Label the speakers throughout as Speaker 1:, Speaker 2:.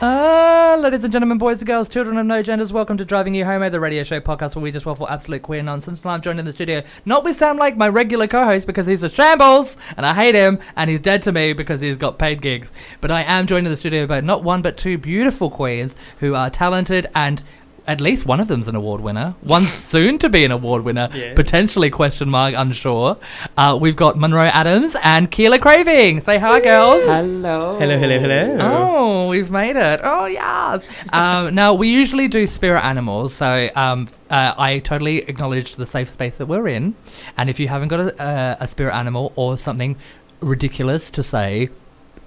Speaker 1: Uh, ladies and gentlemen, boys and girls, children of no genders, welcome to Driving You Homo, the radio show podcast where we just waffle absolute queer nonsense. And I'm joined in the studio, not with Sam Lake, my regular co-host, because he's a shambles, and I hate him, and he's dead to me because he's got paid gigs. But I am joined in the studio by not one but two beautiful queers who are talented and at least one of them's an award winner. One soon to be an award winner,
Speaker 2: Yeah.
Speaker 1: potentially question mark, unsure. Uh, we've got Monroe Adams and Keela Craving. Say hi, girls.
Speaker 3: Hello.
Speaker 2: Hello, hello, hello.
Speaker 1: Oh, we've made it. Oh, yes. um, now, we usually do spirit animals, so um, uh, I totally acknowledge the safe space that we're in. And if you haven't got a, uh, a, a spirit animal or something ridiculous to say,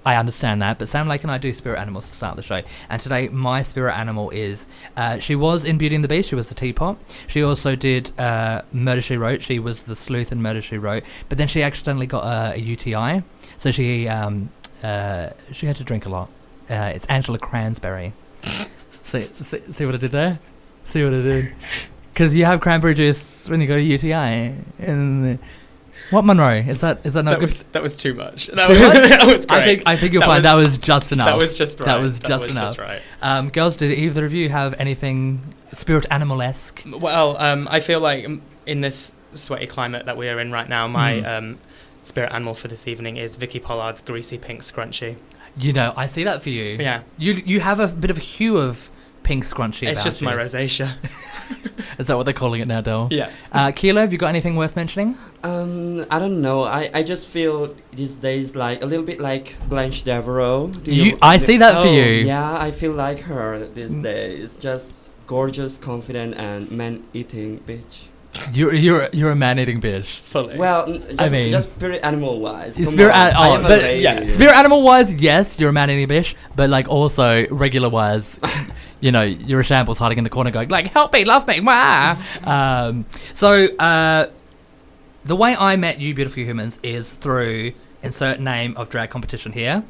Speaker 1: I understand that, but Sam Lake and I do spirit animals to start the show. And today, my spirit animal is uh, she was in Beauty and the Beast. She was the teapot. She also did uh, Murder She Wrote. She was the sleuth in Murder She Wrote. But then she accidentally got a, a UTI, so she um, uh, she had to drink a lot. Uh, it's Angela Cransberry. see, see, see what I did there? See what I did? Because you have cranberry juice when you go to UTI. And what Monroe? Is that is that not
Speaker 2: that
Speaker 1: good?
Speaker 2: was that was too much. That was, that was great.
Speaker 1: I think I think you'll
Speaker 2: That
Speaker 1: find
Speaker 2: was-
Speaker 1: that was just enough.
Speaker 2: that was just right.
Speaker 1: That was just enough.
Speaker 2: right.
Speaker 1: Um, girls, did either of you have anything spirit animal esque?
Speaker 2: Well, um, I feel like um, in this sweaty climate that we are in right now, my
Speaker 1: Mm.
Speaker 2: um, spirit animal for this evening is Vicky Pollard's greasy pink scrunchie.
Speaker 1: You know, I see that for you.
Speaker 2: Yeah,
Speaker 1: You you have a bit of a hue of pink scrunchy.
Speaker 2: it's
Speaker 1: about
Speaker 2: just
Speaker 1: you.
Speaker 2: my rosacea.
Speaker 1: Is that what they're calling it now, Del?
Speaker 2: yeah,
Speaker 1: Uh, Keela, have you got anything worth mentioning?
Speaker 3: Um, I don't know. I, I just feel these days like a little bit like Blanche Devereaux. Do
Speaker 1: You, I see that for
Speaker 2: oh,
Speaker 1: you.
Speaker 3: Yeah, I feel like her these
Speaker 1: Mm.
Speaker 3: days. Just gorgeous, confident, and man-eating bitch.
Speaker 1: You're you're you're a man eating bitch.
Speaker 2: fully.
Speaker 3: Well, n- just,
Speaker 1: mean-
Speaker 3: just spirit animal-wise.
Speaker 1: It's
Speaker 3: Come
Speaker 1: spirit
Speaker 3: on,
Speaker 1: an-
Speaker 3: I
Speaker 1: oh,
Speaker 3: am a
Speaker 1: but-
Speaker 3: lady.
Speaker 2: yeah,
Speaker 1: Spirit animal wise, yes, you're a man eating bitch, but like also regular wise, you know, you're a shambles hiding in the corner going like, "Help me, love me, wah." um, so uh, the way I met you, beautiful humans, is through insert name of drag competition here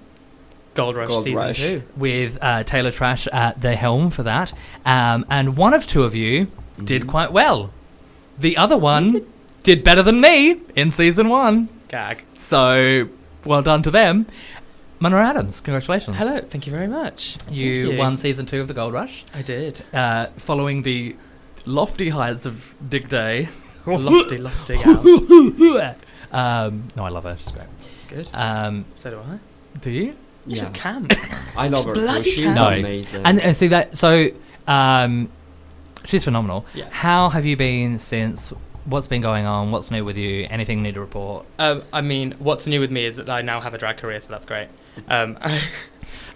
Speaker 2: Gold Rush
Speaker 3: Gold
Speaker 2: season
Speaker 3: Rush.
Speaker 2: two.
Speaker 1: with uh, Taylor Trash at the helm for that, um, and one of two of you did quite well. The other one did better than me in season one.
Speaker 2: Gag.
Speaker 1: So well done to them. Munro Adams, congratulations.
Speaker 2: Hello, thank you very much.
Speaker 1: You,
Speaker 2: Thank you.
Speaker 1: won season two of The Gold Rush,
Speaker 2: I did.
Speaker 1: uh, following the lofty heights of Dig Day.
Speaker 2: lofty, lofty gal.
Speaker 1: um, no, I love her. She's great.
Speaker 2: Good.
Speaker 1: Um,
Speaker 2: So do I.
Speaker 1: do you?
Speaker 3: Yeah.
Speaker 2: She's cam.
Speaker 3: I love her. too.
Speaker 2: bloody
Speaker 3: She's
Speaker 2: can.
Speaker 1: No.
Speaker 3: amazing.
Speaker 1: And, and see that. So um, she's phenomenal.
Speaker 2: Yeah.
Speaker 1: How have you been since? What's been going on? What's new with you? Anything new to report?
Speaker 2: Um, I mean, what's new with me is that I now have a drag career, so that's great. Um, I,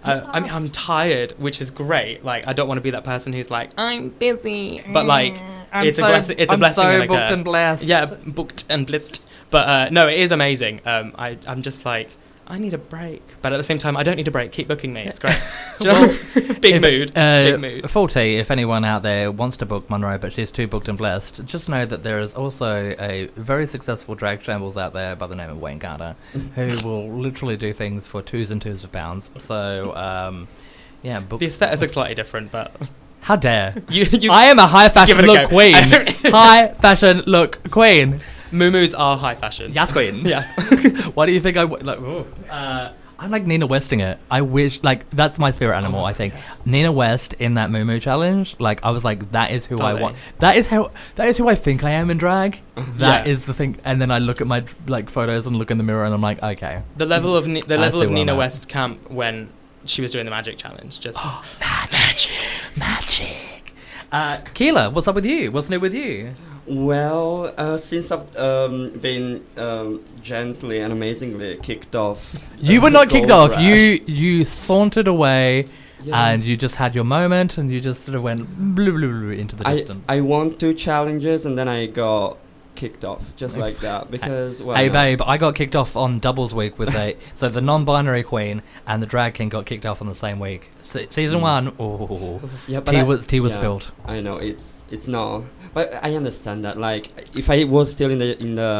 Speaker 2: I mean, I'm tired, which is great. Like, I don't want to be that person who's like, I'm busy,
Speaker 1: Mm.
Speaker 2: but like,
Speaker 1: I'm
Speaker 2: it's
Speaker 1: so-
Speaker 2: a blessing. It's
Speaker 1: I'm
Speaker 2: a blessing
Speaker 1: so
Speaker 2: and a
Speaker 1: booked
Speaker 2: curse.
Speaker 1: and blessed.
Speaker 2: Yeah, booked and blissed. But uh, no, it is amazing. Um, I, I'm just like, I need a break, but at the same time, I don't need a break. Keep booking me. It's great. Do you know? big
Speaker 1: If-
Speaker 2: mood.
Speaker 1: Uh,
Speaker 2: big mood.
Speaker 1: Forty. If anyone out there wants to book Monroe, but she's too booked and blessed, just know that there is also a very successful drag shambles out there by the name of Wayne Carter, who will literally do things for twos and twos of pounds. So, um, yeah, book.
Speaker 2: The aesthetics are slightly different, but
Speaker 1: How dare
Speaker 2: you, you
Speaker 1: I am a high fashion
Speaker 2: it a
Speaker 1: look
Speaker 2: go.
Speaker 1: queen. high fashion look queen.
Speaker 2: moo-moos are high fashion.
Speaker 1: Yes, queen.
Speaker 2: Yes.
Speaker 1: Why do you think I w- like? oh, uh, I'm like Nina Westing it. I wish like that's my spirit animal.
Speaker 3: Oh
Speaker 1: I think Nina West in that Moo Moo challenge. Like I was like that is who I
Speaker 2: Totally.
Speaker 1: want. That is how that is who I think I am in drag. That is
Speaker 2: Yeah.
Speaker 1: the thing. And then I look at my like photos and look in the mirror and I'm like, okay,
Speaker 2: The level of Ni- the
Speaker 1: I
Speaker 2: level
Speaker 1: see
Speaker 2: of
Speaker 1: where
Speaker 2: Nina
Speaker 1: I'm at.
Speaker 2: West's camp when she was doing the magic challenge. Just
Speaker 1: magic, magic. Uh, Keela, what's up with you? What's new with you?
Speaker 3: Well, uh, since I've um, been um, gently and amazingly kicked off.
Speaker 1: You
Speaker 3: uh,
Speaker 1: were not kicked
Speaker 3: Gold
Speaker 1: off.
Speaker 3: Rush.
Speaker 1: You you sauntered away.
Speaker 3: Yeah.
Speaker 1: And you just had your moment, and you just sort of went blue, blue, blue into the
Speaker 3: I,
Speaker 1: distance.
Speaker 3: I won two challenges and then I got kicked off just like that because well
Speaker 1: hey
Speaker 3: no.
Speaker 1: babe, I got kicked off on doubles week with a so the non-binary queen and the drag king got kicked off on the same week. Se- season
Speaker 2: Hmm.
Speaker 1: one,
Speaker 3: Mm.
Speaker 1: oh,
Speaker 3: yeah, but
Speaker 1: tea
Speaker 3: I-
Speaker 1: was tea was
Speaker 3: yeah,
Speaker 1: spilled.
Speaker 3: I know it's it's not but I understand that like if I was still in the in the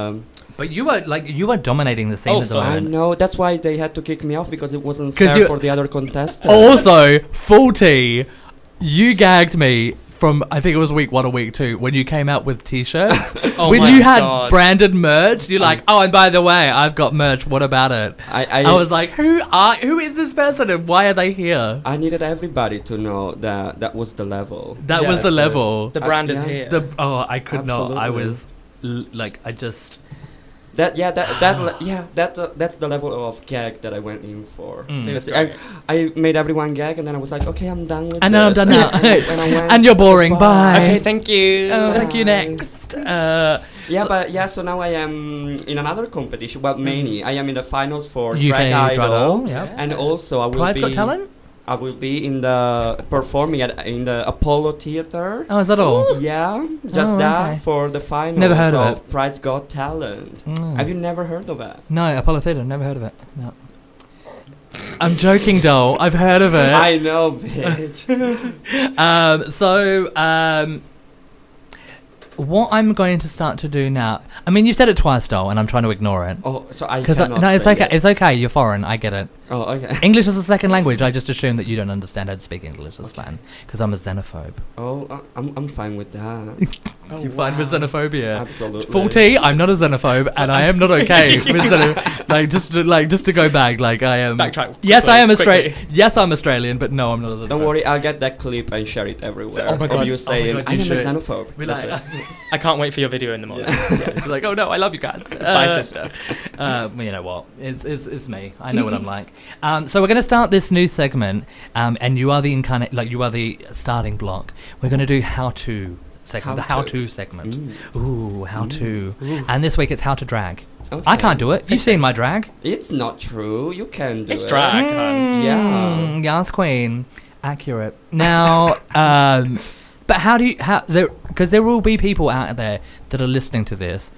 Speaker 1: But you were like you were dominating the scene
Speaker 2: Oh,
Speaker 1: at the
Speaker 2: fuck.
Speaker 3: I
Speaker 1: moment.
Speaker 3: know that's why they had to kick me off because it wasn't
Speaker 1: 'Cause
Speaker 3: fair
Speaker 1: you-
Speaker 3: for the other contestants
Speaker 1: Also, full tea, you gagged me from I think it was week one or week two when you came out with T-shirts.
Speaker 2: Oh
Speaker 1: when
Speaker 2: my
Speaker 1: you had
Speaker 2: God. Um,
Speaker 1: branded merch, you're like, oh, and by the way, I've got merch. What about it?
Speaker 3: I, I,
Speaker 1: I was like, who are who is this person and why are they here?
Speaker 3: I needed everybody to know that that was the level.
Speaker 1: That
Speaker 2: Yeah,
Speaker 1: was the
Speaker 2: so
Speaker 1: level.
Speaker 2: The
Speaker 3: Uh,
Speaker 2: brand is
Speaker 3: yeah.
Speaker 2: here.
Speaker 1: The- oh, I could not. I
Speaker 3: Absolutely.
Speaker 1: was l- like, I just
Speaker 3: That yeah that that le- yeah that uh, that's the level of gag that I went in for.
Speaker 1: Mm.
Speaker 2: It was
Speaker 3: I,
Speaker 2: great.
Speaker 3: I made everyone gag and then I was like, okay, I'm done with
Speaker 1: And now I'm
Speaker 3: this."
Speaker 1: done now.
Speaker 3: and, I went,
Speaker 1: And you're boring.
Speaker 3: "Goodbye."
Speaker 1: Bye.
Speaker 2: okay, thank you.
Speaker 1: oh, thank you
Speaker 3: Nice.
Speaker 1: next. Uh,
Speaker 3: Yeah,
Speaker 1: So-
Speaker 3: but yeah, so now I am in another competition.
Speaker 1: Mm.
Speaker 3: Well, many. I am in the finals for
Speaker 1: UK
Speaker 3: Drag Idol,
Speaker 1: yeah.
Speaker 3: and also I will
Speaker 1: Pride's
Speaker 3: be
Speaker 1: Got Talent.
Speaker 3: I will be in the performing at in the Apollo Theater.
Speaker 1: Oh, is that all?
Speaker 3: Yeah, just
Speaker 1: Oh,
Speaker 3: that
Speaker 1: okay.
Speaker 3: for the finals
Speaker 1: Never heard of
Speaker 3: of Pride's Got Talent.
Speaker 1: Mm.
Speaker 3: Have you never heard of it?
Speaker 1: No, Apollo Theatre. Never heard of it. No. I'm joking, doll. I've heard of it.
Speaker 3: I know, bitch.
Speaker 1: um, so um, what I'm going to start to do now. I mean, you've said it twice, doll, and I'm trying to ignore it.
Speaker 3: oh, so I
Speaker 1: Because
Speaker 3: cannot
Speaker 1: no, it's
Speaker 3: say
Speaker 1: okay.
Speaker 3: it.
Speaker 1: It's okay. You're foreign. I get it.
Speaker 3: oh, okay.
Speaker 1: English is a second language. I just assume that you don't understand how to speak English. That's fine. Because I'm a xenophobe.
Speaker 3: Oh, I- I'm I'm fine with that.
Speaker 2: Oh,
Speaker 1: you find with
Speaker 2: wow.
Speaker 1: xenophobia.
Speaker 3: Absolutely.
Speaker 1: Full tea. I'm not a xenophobe, and I am not okay with xeno- like just to, like just to go back. Like I am.
Speaker 2: Backtrack. Quickly,
Speaker 1: Yes, I am
Speaker 2: quickly.
Speaker 1: Australian. Yes, I'm Australian, but no, I'm not a xenophobe.
Speaker 3: Don't worry, I'll get that clip and share it everywhere.
Speaker 2: Oh my God,
Speaker 3: Of
Speaker 2: oh my
Speaker 3: You saying
Speaker 2: God,
Speaker 3: I
Speaker 2: you
Speaker 3: am a
Speaker 2: should.
Speaker 3: xenophobe.
Speaker 1: We
Speaker 3: That's
Speaker 1: like,
Speaker 3: it.
Speaker 2: I can't wait for your video in the morning.
Speaker 3: Yeah.
Speaker 1: It's like, oh no, I love you guys.
Speaker 2: Bye,
Speaker 1: Uh,
Speaker 2: sister.
Speaker 1: Uh, well, you know what? It's, it's, it's me. I know what I'm like. Um, so we're going to start this new segment, um, and you are the incarnate, like you are the starting block. We're going to do how to segment, the
Speaker 3: How
Speaker 1: how
Speaker 3: to.
Speaker 1: to segment.
Speaker 3: Mm.
Speaker 1: Ooh, how to.
Speaker 3: Ooh.
Speaker 1: And this week it's how to drag. I
Speaker 3: Okay.
Speaker 1: can't do it. You've seen my drag.
Speaker 3: It's not true. You can do
Speaker 2: It's
Speaker 3: it.
Speaker 2: drag. hun.
Speaker 1: Mm,
Speaker 3: Yeah.
Speaker 1: Yes, queen. Accurate. Now, um, but how do you how there? Because there will be people out there that are listening to this.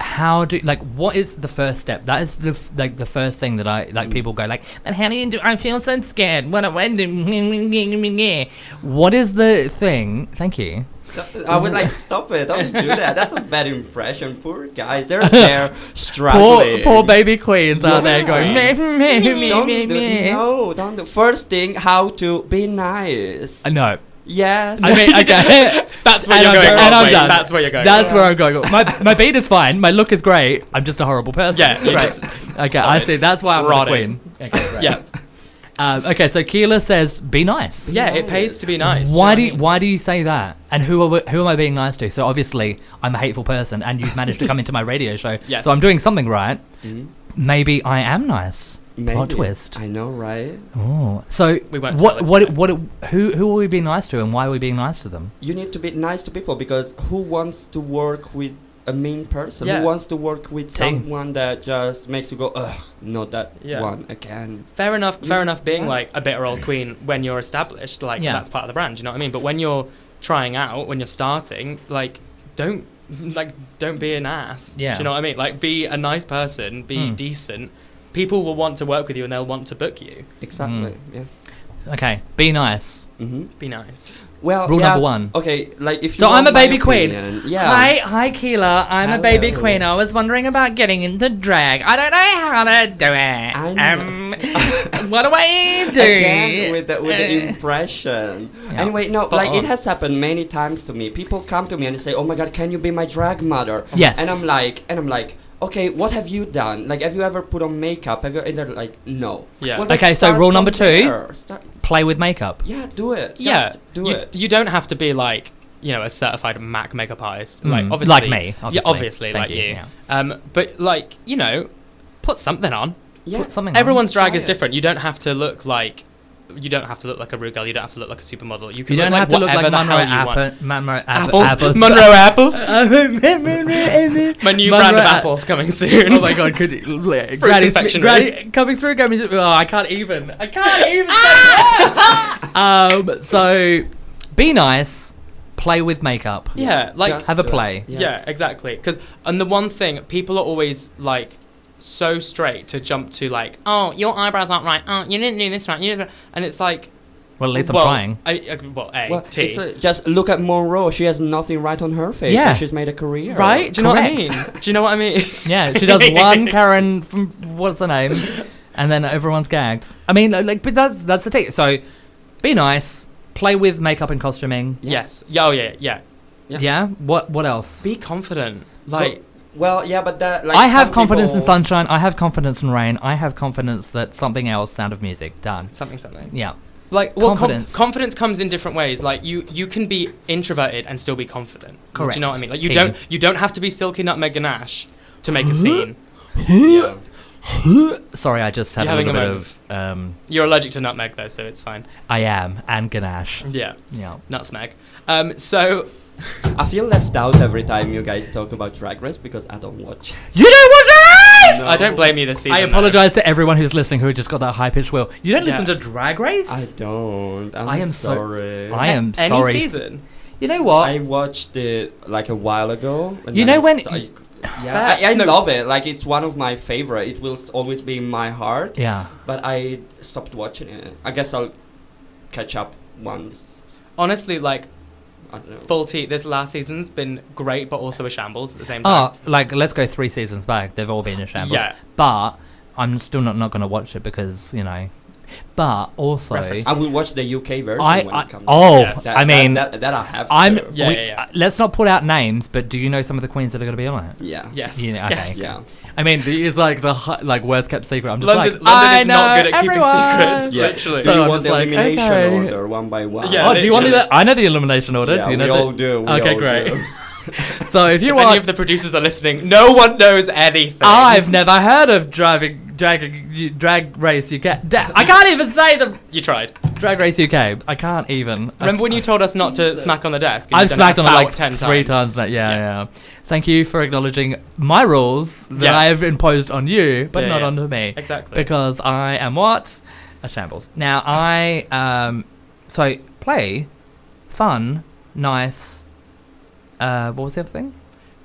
Speaker 1: How do like what is the first step? That is the f- like the first thing that I
Speaker 3: Mm.
Speaker 1: like. People go like, and how do you do? I feel so scared. What do I do? What is the thing? Thank you.
Speaker 3: Th- I would like stop it. Don't do that. That's a bad impression. Poor guys. They're there
Speaker 1: Poor,
Speaker 3: struggling.
Speaker 1: poor baby queens out there going.
Speaker 3: Yeah.
Speaker 1: Meh, meh, meh,
Speaker 3: Don't
Speaker 1: meh,
Speaker 3: do,
Speaker 1: meh.
Speaker 3: no, don't do. First thing, how to be nice.
Speaker 1: Uh, No,
Speaker 3: Yes.
Speaker 1: I mean, okay.
Speaker 2: That's where
Speaker 1: And
Speaker 2: you're
Speaker 1: I'm done.
Speaker 2: going. wrong,
Speaker 1: And I'm
Speaker 2: mate.
Speaker 1: done.
Speaker 2: That's where you're going.
Speaker 1: That's
Speaker 2: wrong.
Speaker 1: where I'm going. My my beat is fine. My look is great. I'm just a horrible person.
Speaker 2: Yeah, you
Speaker 1: Right.
Speaker 2: just-
Speaker 1: okay. I see. That's why I'm not a
Speaker 2: Rotted.
Speaker 1: queen. Okay. Right.
Speaker 2: Yeah.
Speaker 1: Um, okay. So Keela says, "Be nice."
Speaker 2: Yeah, it pays to be nice.
Speaker 1: Why do
Speaker 2: you
Speaker 1: you,
Speaker 2: know
Speaker 1: why do you say that? And who are we, who am I being nice to? So obviously I'm a hateful person, and you've managed to come into my radio show.
Speaker 2: Yes. Mm-hmm.
Speaker 1: So I'm doing something right.
Speaker 3: Mm,
Speaker 1: Maybe I am nice. Plot
Speaker 3: maybe.
Speaker 1: twist.
Speaker 3: I know, right?
Speaker 1: Oh. So
Speaker 2: We won't
Speaker 1: what
Speaker 2: tell
Speaker 1: what
Speaker 2: anyone.
Speaker 1: what who who are we being nice to, and why are we being nice to them?
Speaker 3: You need to be nice to people because who wants to work with a mean person?
Speaker 2: Yeah.
Speaker 3: Who wants to work with
Speaker 1: Same.
Speaker 3: someone that just makes you go, ugh, not that
Speaker 2: Yeah.
Speaker 3: one again?
Speaker 2: Fair enough. Fair
Speaker 3: Mm.
Speaker 2: enough. Being
Speaker 3: Yeah.
Speaker 2: like a bitter old queen when you're established, like
Speaker 1: Yeah.
Speaker 2: that's part of the brand. You know what I mean? But when you're trying out, when you're starting, like don't like don't be an ass.
Speaker 1: Yeah.
Speaker 2: Do you know what I mean? Like be a nice person. Be
Speaker 1: Mm.
Speaker 2: decent. People will want to work with you and they'll want to book you.
Speaker 3: Exactly.
Speaker 1: Hmm.
Speaker 3: Yeah.
Speaker 1: Okay. Be nice.
Speaker 3: Mm-hmm.
Speaker 2: Be nice.
Speaker 3: Well,
Speaker 1: Rule
Speaker 3: yeah,
Speaker 1: number one.
Speaker 3: Okay, like if you
Speaker 1: So I'm
Speaker 3: want
Speaker 1: a
Speaker 3: my
Speaker 1: baby queen.
Speaker 3: opinion- Yeah.
Speaker 1: Hi, hi, Keela. I'm a baby
Speaker 3: Hello.
Speaker 1: queen. I was wondering about getting into drag. I don't know how to do
Speaker 3: I
Speaker 1: it.
Speaker 3: know.
Speaker 1: Um, what do I do?
Speaker 3: Again with the, with the
Speaker 1: Uh,
Speaker 3: impression.
Speaker 1: Yeah.
Speaker 3: Anyway, no,
Speaker 2: Spot
Speaker 3: like
Speaker 2: on.
Speaker 3: it has happened many times to me. People come to me and say, "Oh my God, can you be my drag mother?"
Speaker 1: Yes.
Speaker 3: And I'm like, and I'm like, okay, what have you done? Like, have you ever put on makeup? Have you? And they're like, no.
Speaker 2: Yeah.
Speaker 3: then
Speaker 1: Okay, so
Speaker 3: start
Speaker 1: rule
Speaker 3: from
Speaker 1: number two.
Speaker 3: there. Start,
Speaker 1: play with makeup.
Speaker 3: yeah, do it. Just
Speaker 2: yeah.
Speaker 3: do
Speaker 2: you,
Speaker 3: it.
Speaker 2: You don't have to be like you know a certified Mac makeup artist. Like
Speaker 1: Mm.
Speaker 2: obviously,
Speaker 1: Like me, obviously.
Speaker 2: Yeah, obviously,
Speaker 1: Thank
Speaker 2: like
Speaker 1: you,
Speaker 2: you.
Speaker 1: yeah.
Speaker 2: Um, but like you know, put something on.
Speaker 3: yeah.
Speaker 1: Put something. on.
Speaker 2: Everyone's drag
Speaker 3: Try
Speaker 2: is
Speaker 3: it.
Speaker 2: different. You don't have to look like you don't have to look like a rude girl. You don't have to look like a supermodel. You can
Speaker 1: You don't
Speaker 2: look
Speaker 1: have to
Speaker 2: like
Speaker 1: look like
Speaker 2: whatever the
Speaker 1: Monroe
Speaker 2: hell you want.
Speaker 1: Apple. Monroe Apple.
Speaker 2: Apples,
Speaker 1: Apples.
Speaker 2: Monroe apples. My
Speaker 1: My
Speaker 2: new brand of apples coming soon.
Speaker 1: Oh my god! Could you, like, Granny's-
Speaker 2: confectionery.
Speaker 1: Granny- coming through? Granny's, oh, I can't even. I
Speaker 2: Ah!
Speaker 1: can't even. say it. um. So, be nice. Play with makeup.
Speaker 2: Yeah, like-
Speaker 3: Just
Speaker 1: Have a
Speaker 3: do it.
Speaker 1: play.
Speaker 3: Yes.
Speaker 2: Yeah, exactly. Because and the one thing people are always like so straight to jump to like, oh, your eyebrows aren't right. Oh, you didn't do this right. You didn't. And it's like,
Speaker 1: Well, at least I'm
Speaker 2: well,
Speaker 1: trying.
Speaker 2: I, I, well, a
Speaker 3: Well,
Speaker 2: T.
Speaker 3: it's a- just look at Monroe. She has nothing right on her face.
Speaker 1: Yeah.
Speaker 3: and she's made a career.
Speaker 2: Right? Do you know what I
Speaker 1: Correct.
Speaker 2: mean? Do you know what I mean?
Speaker 1: Yeah, she does one Karen from what's her name, and then everyone's gagged. I mean, like, but that's that's the thing. So, be nice, play with makeup and costuming.
Speaker 3: Yeah.
Speaker 2: Yes. Yeah, oh, yeah, yeah.
Speaker 1: Yeah.
Speaker 3: Yeah.
Speaker 1: What What else?
Speaker 2: Be confident. Like,
Speaker 3: Well, yeah, but that like
Speaker 1: I have
Speaker 3: some
Speaker 1: confidence in
Speaker 3: people-
Speaker 1: sunshine. I have confidence in rain. I have confidence that something else. Sound of music. Done.
Speaker 2: something, something.
Speaker 1: Yeah.
Speaker 2: Like, well, com-
Speaker 1: Confidence.
Speaker 2: confidence comes in different ways. Like, you you can be introverted and still be confident. Do
Speaker 1: Correct.
Speaker 2: you know what I mean? Like, you
Speaker 1: Tea.
Speaker 2: don't you don't have to be silky nutmeg ganache to make a scene.
Speaker 3: Yeah.
Speaker 1: Sorry, I just had
Speaker 2: You're
Speaker 1: a
Speaker 2: having
Speaker 1: little bit
Speaker 2: a
Speaker 1: of. Um,
Speaker 2: You're allergic to nutmeg though, so it's fine.
Speaker 1: I am and ganache.
Speaker 2: Yeah,
Speaker 1: Yeah.
Speaker 2: nutsmeg. Um, so
Speaker 3: I feel left out every time you guys talk about Drag Race because I don't watch.
Speaker 1: You don't watch Drag Race.
Speaker 3: No.
Speaker 2: I don't blame you this season.
Speaker 1: I
Speaker 2: though.
Speaker 1: apologize to everyone who's listening who just got that high pitched will. You don't listen to
Speaker 2: Yeah.
Speaker 1: Drag Race.
Speaker 3: I don't. I'm
Speaker 1: I am so-
Speaker 3: sorry.
Speaker 1: I am
Speaker 2: Any
Speaker 1: sorry.
Speaker 2: season.
Speaker 1: You know what?
Speaker 3: I watched it like a while ago. and
Speaker 1: You
Speaker 3: then
Speaker 1: know
Speaker 3: I
Speaker 1: when-
Speaker 3: sta- I-
Speaker 2: Fair.
Speaker 3: yeah, I, I love it. Like it's one of my favorite. It will s- always be in my heart.
Speaker 1: yeah.
Speaker 3: But I stopped watching it. I guess I'll catch up once.
Speaker 2: Honestly, like
Speaker 3: I don't know.
Speaker 2: faulty. This last season's been great, but also a shambles at the same time.
Speaker 1: Oh, like let's go three seasons back. They've all been a shambles.
Speaker 2: Yeah.
Speaker 1: But I'm still not, not going to watch it because you know. But also,
Speaker 2: Reference.
Speaker 3: I will watch the UK version
Speaker 1: I,
Speaker 3: when
Speaker 1: I
Speaker 3: it comes. out.
Speaker 1: oh,
Speaker 2: Yes.
Speaker 3: That-
Speaker 1: I mean,
Speaker 3: that, that, that I have.
Speaker 1: I'm.
Speaker 3: to.
Speaker 2: Yeah,
Speaker 1: we-
Speaker 2: yeah, yeah.
Speaker 1: uh, Let's not put out names, but do you know some of the queens that are going to be on it?
Speaker 3: Yeah.
Speaker 2: Yes.
Speaker 1: You know, okay.
Speaker 2: yes.
Speaker 3: Yeah.
Speaker 1: I mean, the- it's like the hi- like worst kept secret. I'm just
Speaker 2: London,
Speaker 1: like,
Speaker 2: London
Speaker 1: I
Speaker 2: is
Speaker 1: know
Speaker 2: not good at keeping
Speaker 1: everyone.
Speaker 2: secrets.
Speaker 3: Yeah.
Speaker 2: Literally.
Speaker 1: So
Speaker 3: do you
Speaker 1: I'm
Speaker 3: want
Speaker 1: just
Speaker 3: the
Speaker 1: like,
Speaker 3: elimination
Speaker 1: okay.
Speaker 3: order one by one?
Speaker 2: Yeah,
Speaker 1: oh, do you want to?
Speaker 2: literally.
Speaker 1: know- I know the elimination order.
Speaker 3: Yeah,
Speaker 1: do you know
Speaker 3: we
Speaker 1: the-
Speaker 3: all do. We
Speaker 1: okay,
Speaker 3: all
Speaker 1: great.
Speaker 3: do.
Speaker 1: so if you
Speaker 2: If
Speaker 1: want,
Speaker 2: any of the producers are listening, no one knows anything.
Speaker 1: I've never heard of driving drag drag race UK. Da- I can't even say the
Speaker 2: You tried.
Speaker 1: drag race UK. I can't even. I-
Speaker 2: Remember when you told us not to smack on the desk? and
Speaker 1: I've
Speaker 2: you've done
Speaker 1: smacked on it
Speaker 2: about
Speaker 1: like three times. now. Yeah, yeah,
Speaker 2: Yeah.
Speaker 1: Thank you for acknowledging my rules that
Speaker 2: Yeah.
Speaker 1: I have imposed on you, but
Speaker 2: Yeah,
Speaker 1: not
Speaker 2: yeah.
Speaker 1: onto me.
Speaker 2: Exactly.
Speaker 1: Because I am what? A shambles. Now, I. um So, play, fun, nice. Uh, what was the other thing?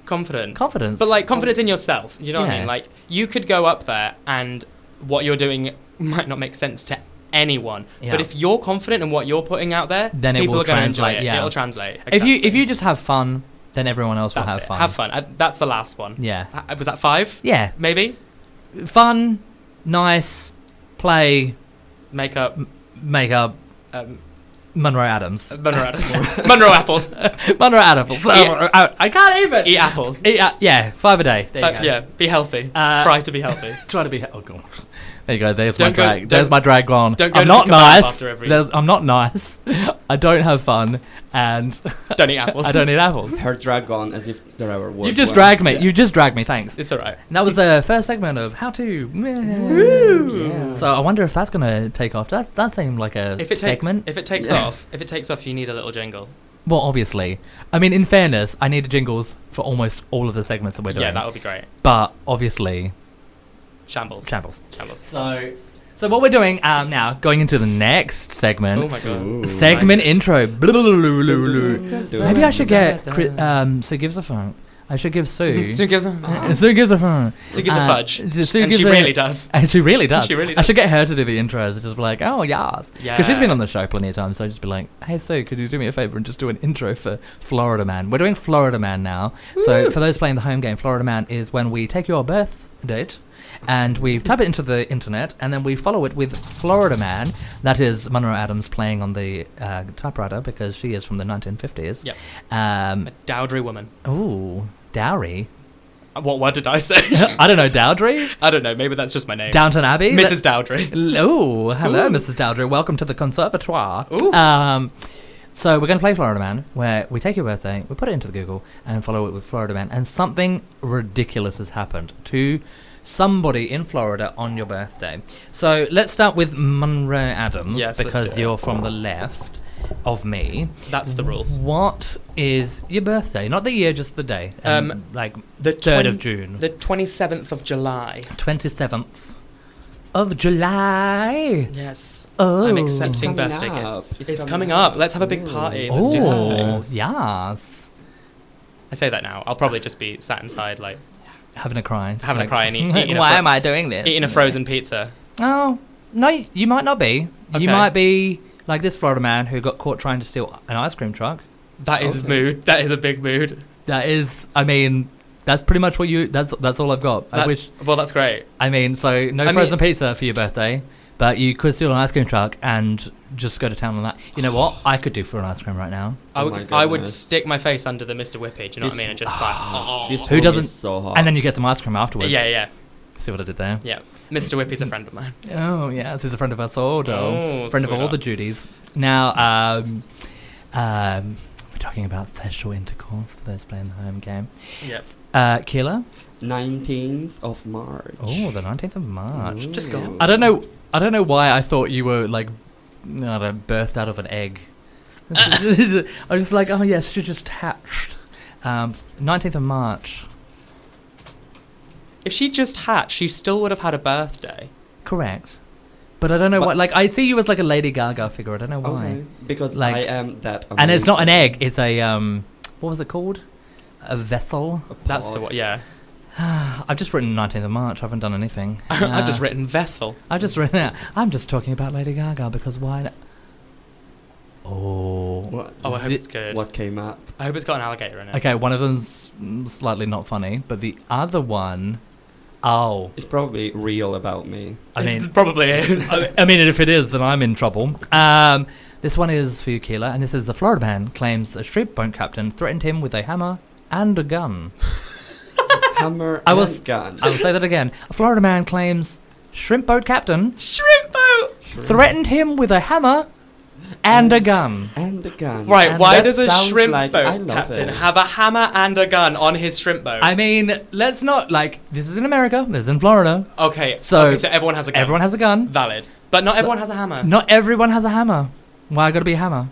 Speaker 2: confidence.
Speaker 1: Confidence.
Speaker 2: But like confidence in yourself. You know what I
Speaker 1: Yeah.
Speaker 2: mean? Like you could go up there and what you're doing might not make sense to anyone.
Speaker 1: Yeah.
Speaker 2: But if you're confident in what you're putting out there,
Speaker 1: Then it
Speaker 2: people
Speaker 1: will
Speaker 2: are going to enjoy
Speaker 1: translate,
Speaker 2: it.
Speaker 1: yeah.
Speaker 2: It'll translate.
Speaker 1: If you if
Speaker 2: exactly.
Speaker 1: you just have fun, then everyone else
Speaker 2: That's
Speaker 1: will have
Speaker 2: it.
Speaker 1: fun.
Speaker 2: Have fun. I, that's the last one.
Speaker 1: Yeah.
Speaker 2: Ha- Was that five?
Speaker 1: Yeah.
Speaker 2: Maybe
Speaker 1: Fun, nice, play,
Speaker 2: makeup.
Speaker 1: makeup,
Speaker 2: Um,
Speaker 1: Monroe Adams.
Speaker 2: Monroe apples. Monroe apples.
Speaker 1: Monroe Adams.
Speaker 2: Yeah.
Speaker 1: I can't even.
Speaker 2: Eat apples.
Speaker 1: Yeah, yeah, five a day. There you
Speaker 2: Uh,
Speaker 1: go.
Speaker 2: yeah. Be healthy.
Speaker 1: Uh,
Speaker 2: Try to be healthy.
Speaker 1: Try to be. Oh god. There you go. There's my
Speaker 2: Don't go-
Speaker 1: drag.
Speaker 2: don't-
Speaker 1: there's my drag gone.
Speaker 2: don't go
Speaker 1: I'm
Speaker 2: to
Speaker 1: not
Speaker 2: the kebab
Speaker 1: nice.
Speaker 2: after every-
Speaker 1: There's- I'm not nice. I don't have fun, and
Speaker 2: Don't eat apples.
Speaker 1: I don't eat apples.
Speaker 3: Her drag on as if there ever was.
Speaker 1: You've just
Speaker 3: one.
Speaker 1: dragged me.
Speaker 2: Yeah.
Speaker 1: You've just dragged me. Thanks.
Speaker 2: It's all right.
Speaker 1: And that was the first segment of how to.
Speaker 3: Yeah.
Speaker 1: So I wonder if that's gonna take off. That that seemed like a
Speaker 2: If it takes,
Speaker 1: segment.
Speaker 2: if it takes
Speaker 3: Yeah.
Speaker 2: off, if it takes off, you need a little jingle.
Speaker 1: well, obviously, I mean, in fairness, I needed jingles for almost all of the segments that we're doing.
Speaker 2: Yeah, that would be great.
Speaker 1: but obviously,
Speaker 2: Shambles.
Speaker 1: shambles.
Speaker 2: Shambles.
Speaker 1: So, so what we're doing um, now, going into the next segment.
Speaker 2: Oh my god.
Speaker 3: Ooh.
Speaker 1: Segment intro. Maybe
Speaker 3: Maybe
Speaker 1: I should get Chri- um, Sue gives a phone. I should give Sue.
Speaker 2: Sue gives a
Speaker 1: Sue gives a phone.
Speaker 2: Sue gives a
Speaker 1: Uh,
Speaker 2: fudge,
Speaker 1: Sue
Speaker 2: and
Speaker 1: gives
Speaker 2: she
Speaker 1: a-
Speaker 2: really does.
Speaker 1: And she really does.
Speaker 2: She really
Speaker 1: I should get her to do the intros. Just be like, oh yes, because she's been on the show plenty of times. So I'd just be like, hey Sue, could you do me a favor and just do an intro for Florida Man? We're doing Florida Man now. So for those playing the home game, Florida Man is when we take your birth date and we type it into the internet and then we follow it with Florida Man. That is Monroe Adams playing on the uh, typewriter because she is from the 1950s.
Speaker 2: Yep.
Speaker 1: Um,
Speaker 2: A dowdry woman.
Speaker 1: ooh, dowry.
Speaker 2: Uh, What word did I say?
Speaker 1: I don't know, dowdry.
Speaker 2: I don't know. Maybe that's just my name.
Speaker 1: Downton Abbey.
Speaker 2: Mrs. Dowdry.
Speaker 1: Oh, hello,
Speaker 2: Ooh.
Speaker 1: Mrs. Dowdry. Welcome to the conservatoire.
Speaker 2: Ooh.
Speaker 1: Um, so we're going to play Florida Man, where we take your birthday, we put it into the Google, and follow it with Florida Man. And something ridiculous has happened to somebody in Florida on your birthday. So let's start with Monroe Adams,
Speaker 2: Yes, let's do
Speaker 1: because
Speaker 2: it.
Speaker 1: you're from the left of me.
Speaker 2: That's the rules.
Speaker 1: What is your birthday? Not the year, just the day. And,
Speaker 2: Um,
Speaker 1: like
Speaker 2: The
Speaker 1: third
Speaker 2: twen-
Speaker 1: of June,
Speaker 2: The twenty seventh of July.
Speaker 1: twenty seventh of July.
Speaker 2: Yes.
Speaker 1: Oh,
Speaker 2: I'm accepting
Speaker 3: It's coming
Speaker 2: birthday
Speaker 3: up.
Speaker 2: gifts. It's,
Speaker 3: It's
Speaker 2: coming,
Speaker 3: coming
Speaker 2: up.
Speaker 3: up.
Speaker 2: Let's have a big
Speaker 3: Ooh.
Speaker 2: party. Let's do
Speaker 1: Oh,
Speaker 2: something.
Speaker 1: yes.
Speaker 2: I say that now. I'll probably just be sat inside, like
Speaker 1: Having a cry. Just
Speaker 2: Having a cry and eat- eating a
Speaker 1: Why
Speaker 2: fro-
Speaker 1: am I doing this?
Speaker 2: eating a frozen pizza.
Speaker 1: Oh, no, you might not be.
Speaker 2: Okay.
Speaker 1: You might be like this Florida man who got caught trying to steal an ice cream truck.
Speaker 2: That is
Speaker 3: Okay.
Speaker 2: mood. That is a big mood.
Speaker 1: That is, I mean, that's pretty much what you. That's that's all I've got. I
Speaker 2: That's-
Speaker 1: wish.
Speaker 2: Well, that's great.
Speaker 1: I mean, so no
Speaker 2: I mean-
Speaker 1: frozen pizza for your birthday, But you could steal an ice cream truck and just go to town on that. You know what? I could do for an ice cream right now.
Speaker 2: I
Speaker 3: Oh
Speaker 2: would,
Speaker 3: my
Speaker 2: I would
Speaker 3: goodness.
Speaker 2: stick my face under the Mr. Whippy. Do you know what I
Speaker 3: This-
Speaker 2: mean? And just like, oh.
Speaker 3: This
Speaker 1: Who
Speaker 3: room
Speaker 1: doesn't-
Speaker 3: Is so hot.
Speaker 1: And then you get some ice cream afterwards.
Speaker 2: yeah, yeah,
Speaker 1: See what I did there?
Speaker 2: yeah. Mr. Whippy's a friend of mine.
Speaker 1: Oh yes, he's a friend of us all, though.
Speaker 2: Oh,
Speaker 1: friend of all
Speaker 2: sweetheart.
Speaker 1: the Judies. Now, um, um, we're talking about sexual intercourse for those playing the home game.
Speaker 2: Yeah.
Speaker 1: Uh, Keela.
Speaker 3: 19th of March.
Speaker 1: Oh, the nineteenth of March.
Speaker 2: Just go.
Speaker 3: Ooh.
Speaker 1: I don't know. I don't know why I thought you were like, I don't know, birthed out of an egg. I was just like, oh yes, she just hatched. Um, Nineteenth of March.
Speaker 2: If she just hatched, she still would have had a birthday.
Speaker 1: Correct. But Oh, I don't know
Speaker 3: But-
Speaker 1: why. Like, I see you as like a Lady Gaga figure. I don't know why.
Speaker 3: Okay. Because
Speaker 1: Like-
Speaker 3: I am that.
Speaker 1: And it's not an
Speaker 3: amazing.
Speaker 1: egg. It's a um, what was it called? A vessel.
Speaker 3: A
Speaker 2: That's the
Speaker 3: pod.
Speaker 2: one. Yeah.
Speaker 1: I've just written 19th of March. I haven't done anything.
Speaker 2: I've just
Speaker 1: Uh,
Speaker 2: written vessel.
Speaker 1: I've just written it. I'm just talking about Lady Gaga because why? not? Oh.
Speaker 3: What,
Speaker 2: Oh, I hope
Speaker 1: Thi-
Speaker 2: it's good.
Speaker 3: what came up?
Speaker 2: I hope it's got an alligator in it.
Speaker 1: Okay, one of them's mm, slightly not funny, but the other one, oh,
Speaker 3: It's probably real about me.
Speaker 1: I
Speaker 2: It's-
Speaker 1: mean,
Speaker 2: probably is.
Speaker 1: I I mean, if it is, then I'm in trouble. Um, this one is for you, Keela, and this is the Florida man claims a streetboat captain threatened him with a hammer and a gun.
Speaker 3: Hammer
Speaker 1: I
Speaker 3: and
Speaker 1: was-
Speaker 3: gun.
Speaker 1: I will say that again. A Florida man claims shrimp boat captain
Speaker 2: Shrimp boat.
Speaker 1: threatened him with a hammer and a gun.
Speaker 3: and a gun.
Speaker 2: Right.
Speaker 1: And
Speaker 2: why
Speaker 1: that
Speaker 2: does a
Speaker 3: sounds
Speaker 2: shrimp
Speaker 3: like- I
Speaker 2: boat
Speaker 3: love
Speaker 2: captain
Speaker 3: it.
Speaker 2: have a hammer and a gun on his shrimp boat?
Speaker 1: I mean, let's not like this is in America. This is in Florida.
Speaker 2: okay.
Speaker 1: So-
Speaker 2: So, okay. So everyone has a gun.
Speaker 1: Everyone has a gun.
Speaker 2: valid, but not
Speaker 1: So-
Speaker 2: everyone has a hammer.
Speaker 1: Not everyone has a hammer. Why gotta be a hammer?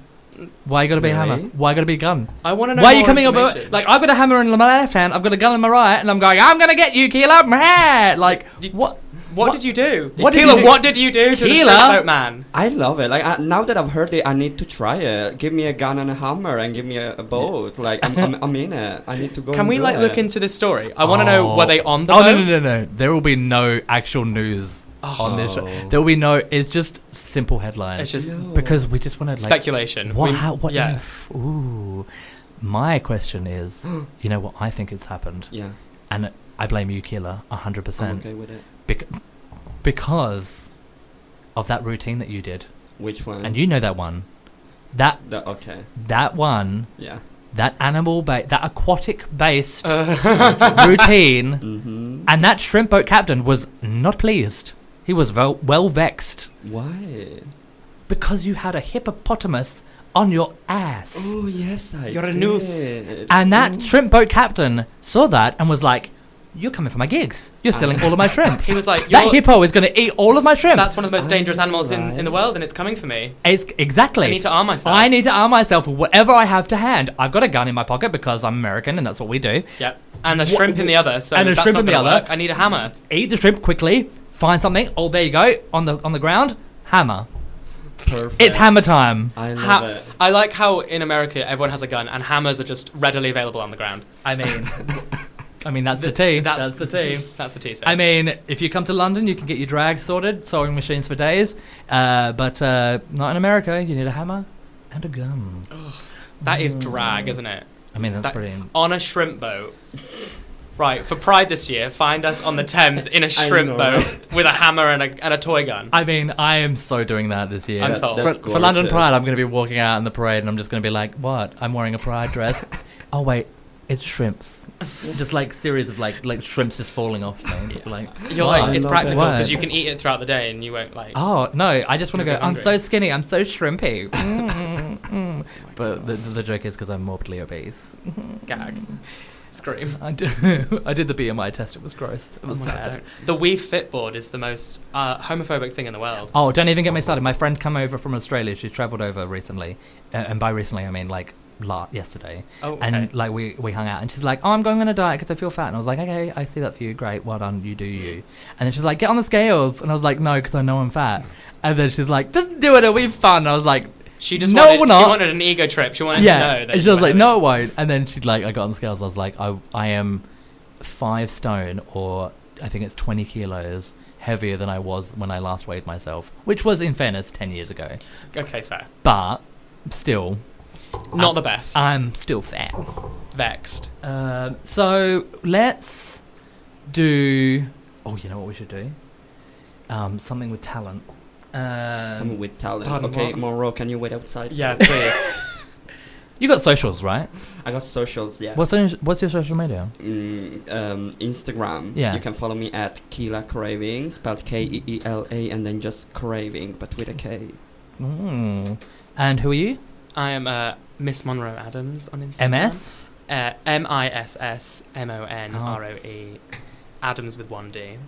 Speaker 1: Why gotta be a hammer?
Speaker 3: Really?
Speaker 1: Why gotta be a gun?
Speaker 2: I want to know.
Speaker 1: Why are you
Speaker 2: more
Speaker 1: coming up
Speaker 2: information.
Speaker 1: with like I've got a hammer in my left hand, I've got a gun in my right, and I'm going, I'm gonna get you, Keela. Meh. Like
Speaker 2: You-
Speaker 1: what?
Speaker 2: What,
Speaker 1: what-
Speaker 2: did you do?
Speaker 1: what did
Speaker 2: Keela,
Speaker 1: you do?
Speaker 2: what did you do to
Speaker 1: Keela?
Speaker 2: the shrimp boat man?
Speaker 3: I love it. Like I, now that I've heard it, I need to try it. Give me a gun and a hammer, and give me a, a boat. Like I'm, I'm, I'm in it. I need to go.
Speaker 2: Can
Speaker 3: and
Speaker 2: we
Speaker 3: do
Speaker 2: like
Speaker 3: it.
Speaker 2: look into this story? I want to know
Speaker 1: Oh.
Speaker 2: were they on the
Speaker 1: oh
Speaker 2: boat?
Speaker 1: no, no no no! There will be no actual news on this.
Speaker 3: Oh.
Speaker 1: Show. There will be no. It's just simple headlines.
Speaker 2: It's just
Speaker 3: Ew.
Speaker 1: because we just want to like
Speaker 2: speculation.
Speaker 1: What?
Speaker 2: We-
Speaker 1: how, what
Speaker 2: yeah.
Speaker 1: if? Ooh. My question is, you know what I think it's happened,
Speaker 3: Yeah,
Speaker 1: and I blame you, Keela, hundred
Speaker 3: I'm
Speaker 1: percent.
Speaker 3: okay with it.
Speaker 1: Bec- because of that routine that you did,
Speaker 3: Which one?
Speaker 2: Mm.
Speaker 1: and you know that one, that
Speaker 3: The, okay.
Speaker 1: that one,
Speaker 3: Yeah.
Speaker 1: that animal ba- that aquatic based
Speaker 2: Uh,
Speaker 1: routine,
Speaker 3: Mm-hmm.
Speaker 1: and that shrimp boat captain was not pleased. He was vel- well vexed
Speaker 3: Why?
Speaker 1: because you had a hippopotamus on your ass.
Speaker 3: Oh yes, I.
Speaker 2: You're a
Speaker 3: did.
Speaker 2: noose.
Speaker 1: And that
Speaker 3: Ooh.
Speaker 1: shrimp boat captain saw that and was like, "You're coming for my gigs. You're stealing all of my shrimp.
Speaker 2: he was like,
Speaker 1: that
Speaker 2: "You're-
Speaker 1: hippo is going to eat all of my shrimp."
Speaker 2: That's one of the most dangerous
Speaker 3: I'm
Speaker 2: animals in, in the
Speaker 3: right.
Speaker 2: world, and it's coming for me.
Speaker 1: It's- exactly.
Speaker 2: I need to arm myself.
Speaker 1: I need to arm myself with whatever I have to hand. I've got a gun in my pocket because I'm American and that's what we do.
Speaker 2: Yep. And a shrimp in the other. So
Speaker 1: And a
Speaker 2: that's
Speaker 1: shrimp
Speaker 2: not
Speaker 1: in the
Speaker 2: gonna
Speaker 1: other.
Speaker 2: work. I need a hammer.
Speaker 1: Eat the shrimp quickly. Find something. Oh, there you go. On the on the ground. Hammer.
Speaker 3: Perfect.
Speaker 1: It's hammer time.
Speaker 3: I love
Speaker 2: Ha-
Speaker 3: it.
Speaker 2: I like how in America everyone has a gun and hammers are just readily available on the ground.
Speaker 1: I mean, I mean that's the, tea. That's, the tea.
Speaker 2: That's the tea. sis.
Speaker 1: I mean, if you come to London, you can get your drag sorted, sewing machines for days. Uh, but uh, not in America. You need a hammer and a gun.
Speaker 2: that is drag, isn't it?
Speaker 1: I mean, that's
Speaker 2: That-
Speaker 1: pretty.
Speaker 2: On a shrimp boat. Right, for Pride this year, find us on the Thames in a
Speaker 3: I
Speaker 2: shrimp
Speaker 3: know,
Speaker 2: boat
Speaker 3: right?
Speaker 2: with a hammer and a, and a toy gun.
Speaker 1: I mean, I am so doing that this year.
Speaker 2: I'm
Speaker 3: That-
Speaker 2: sold.
Speaker 1: for,
Speaker 3: that's
Speaker 1: for London
Speaker 3: gorgeous.
Speaker 1: Pride, I'm going to be walking out in the parade, and I'm just going to be like, "What? I'm wearing a pride dress." oh wait, it's shrimps. just like series of like like shrimps just falling off. Things. Just be like,
Speaker 2: You're
Speaker 1: "Why?"
Speaker 3: Wow.
Speaker 2: like, it's
Speaker 3: I love
Speaker 2: practical
Speaker 1: that.
Speaker 2: because you can eat it throughout the day and you won't like.
Speaker 1: Oh no! I just want to
Speaker 2: You're
Speaker 1: go.
Speaker 2: a bit
Speaker 1: I'm so
Speaker 2: hungry."
Speaker 1: skinny. I'm so shrimpy. Mm, mm, mm. but the, the joke is because I'm morbidly obese.
Speaker 2: Gag. Scream.
Speaker 1: I did, I did the BMI test. It was gross. It was
Speaker 2: Oh my God,
Speaker 1: sad.
Speaker 2: don't. the Wii Fit board is the most uh, homophobic thing in the world.
Speaker 1: Oh, don't even get me started. My friend come over from Australia. She travelled over recently, uh, and by recently I mean like la- yesterday.
Speaker 2: Oh, okay.
Speaker 1: And like we we hung out, and she's like, "Oh, I'm going on a diet because I feel fat." And I was like, "Okay, I see that for you. Great, well done. You do you." And then she's like, "Get on the scales," and I was like, "No, because I know I'm fat." And then she's like, "Just do it. It'll be fun." And I was like,
Speaker 2: She just
Speaker 1: No,
Speaker 2: wanted,
Speaker 1: we're
Speaker 2: she
Speaker 1: not.
Speaker 2: wanted an ego trip. She wanted
Speaker 1: "Yeah."
Speaker 2: to know that.
Speaker 1: and
Speaker 2: you
Speaker 1: she was
Speaker 2: were
Speaker 1: like,
Speaker 2: having-
Speaker 1: "No, it won't." And then she'd like, I got on the scales. I was like, "I I am five stone, or I think it's twenty kilos." Heavier than I was when I last weighed myself, which was, in fairness, ten years ago.
Speaker 2: Okay, fair.
Speaker 1: but still,
Speaker 2: Not
Speaker 1: I-
Speaker 2: the best.
Speaker 1: I'm still fat.
Speaker 2: Vexed.
Speaker 1: Um, so let's do. Oh, you know what we should do? Um, something with talent.
Speaker 3: Come
Speaker 1: Um,
Speaker 3: with talent.
Speaker 2: Pardon,
Speaker 3: okay,
Speaker 2: what?
Speaker 3: Monroe, can you wait outside?
Speaker 2: Yeah, please.
Speaker 1: you got socials, right?
Speaker 3: I got socials. Yeah.
Speaker 1: What's on, what's your social media?
Speaker 3: Mm, um, Instagram.
Speaker 1: Yeah.
Speaker 3: You can follow me at Keela Craving, spelled K E E L A, and then just Craving, but with a K.
Speaker 1: Mm. And who are you?
Speaker 2: I am uh, Miss Monroe Adams on Instagram.
Speaker 1: MS.
Speaker 2: Uh, M I S S M O N R O E. Adams with one D.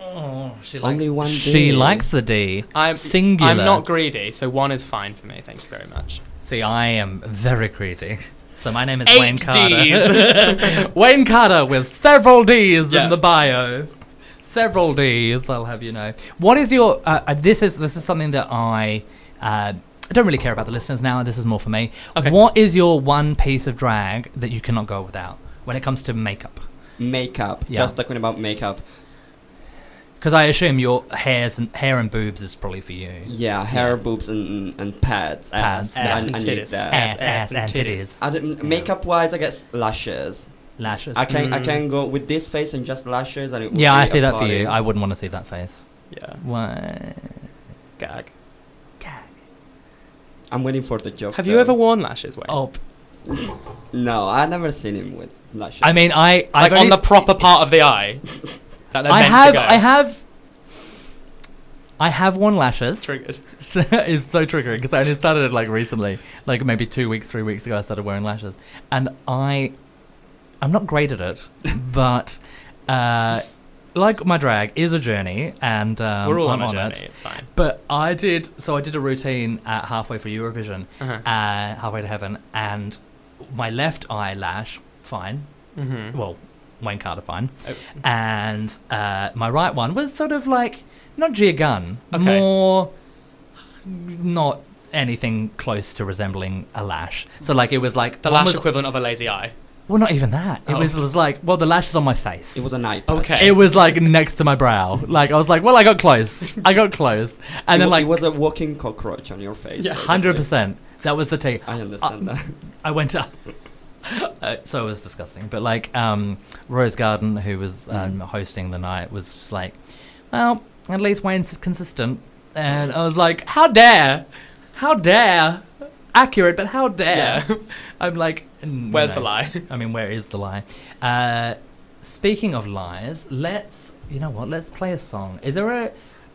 Speaker 1: Oh, she
Speaker 3: Only one.
Speaker 1: She
Speaker 3: day.
Speaker 1: likes the D.
Speaker 2: I'm
Speaker 1: Singular.
Speaker 2: I'm not greedy, so one is fine for me. Thank you very much.
Speaker 1: See, I am very greedy. So my name is
Speaker 2: Eight
Speaker 1: Wayne Carter.
Speaker 2: Ds.
Speaker 1: Wayne Carter with several D's
Speaker 2: Yeah.
Speaker 1: in the bio. Several D's, I'll have you know. What is your? Uh, uh, this is this is something that I. Uh, I don't really care about the listeners now. This is more for me.
Speaker 2: Okay.
Speaker 1: What is your one piece of drag that you cannot go without when it comes to makeup?
Speaker 3: makeup.
Speaker 1: Yeah.
Speaker 3: Just talking about makeup.
Speaker 1: Because I assume your hairs and hair and boobs is probably for you.
Speaker 3: Yeah, hair, boobs, and and, and pads.
Speaker 1: Pads,
Speaker 3: I-
Speaker 1: yeah.
Speaker 3: I, I,
Speaker 2: Ass and
Speaker 3: need
Speaker 2: titties.
Speaker 3: that.
Speaker 2: Ass.
Speaker 1: Ass, ass, and
Speaker 2: and
Speaker 1: titties,
Speaker 2: titties.
Speaker 3: I don't, makeup wise, I guess lashes.
Speaker 1: lashes.
Speaker 3: I can I
Speaker 2: Mm.
Speaker 3: can go with this face and just lashes, and it would
Speaker 1: yeah,
Speaker 3: be
Speaker 1: I
Speaker 3: a
Speaker 1: see that for
Speaker 3: party.
Speaker 1: you. I wouldn't want to see that face.
Speaker 2: Yeah.
Speaker 1: What?
Speaker 2: Gag.
Speaker 3: I'm waiting for the joke.
Speaker 2: Have you
Speaker 3: though.
Speaker 2: ever worn lashes, Wayne?
Speaker 1: Oh,
Speaker 3: No, I never seen him with lashes.
Speaker 1: I mean, I I've
Speaker 2: like on
Speaker 1: only s-
Speaker 2: the proper part of the eye. that they're
Speaker 1: I
Speaker 2: meant
Speaker 1: have
Speaker 2: To go.
Speaker 1: I have I have one lashes.
Speaker 2: Triggered.
Speaker 1: it's so triggering because I only started it like recently, like maybe two weeks, three weeks ago. I started wearing lashes, and I I'm not great at it, but uh, like my drag is a journey, and um,
Speaker 2: We're all
Speaker 1: I'm
Speaker 2: on a
Speaker 1: on
Speaker 2: journey.
Speaker 1: it.
Speaker 2: It's fine.
Speaker 1: But I did so I did a routine at halfway for Eurovision,
Speaker 2: Uh-huh.
Speaker 1: uh, halfway to heaven, and my left eyelash fine,
Speaker 2: mm-hmm.
Speaker 1: well, Wayne Carter fine, and uh, my right one was sort of like not Giagun,
Speaker 2: Okay.
Speaker 1: more not anything close to resembling a lash. So like it was like
Speaker 2: the
Speaker 1: one
Speaker 2: lash
Speaker 1: was-
Speaker 2: equivalent of a lazy eye.
Speaker 1: well, not even that. It
Speaker 2: Oh.
Speaker 1: was, was like well, the lash is on my face.
Speaker 3: it was a night.
Speaker 2: Okay.
Speaker 1: It was, like next to my brow. Like I was like, well, I got close. I got close, and then
Speaker 3: it
Speaker 1: like
Speaker 3: was a walking cockroach on your face.
Speaker 2: Yeah,
Speaker 3: basically.
Speaker 1: hundred percent. That was the tea.
Speaker 3: I
Speaker 1: uh,
Speaker 3: understand that.
Speaker 1: I went to. Uh, so it was disgusting, but like um, Rose Garden, who was
Speaker 2: Mm-hmm.
Speaker 1: um, hosting the night, was just like, "Well, at least Wayne's consistent," and I was like, "How dare, how dare, accurate, but how dare?"
Speaker 2: Yeah.
Speaker 1: I'm like, "N-
Speaker 2: Where's
Speaker 1: no."
Speaker 2: the lie?
Speaker 1: I mean, where is the lie? Uh, speaking of lies, let's you know what? Let's play a song. Is there a?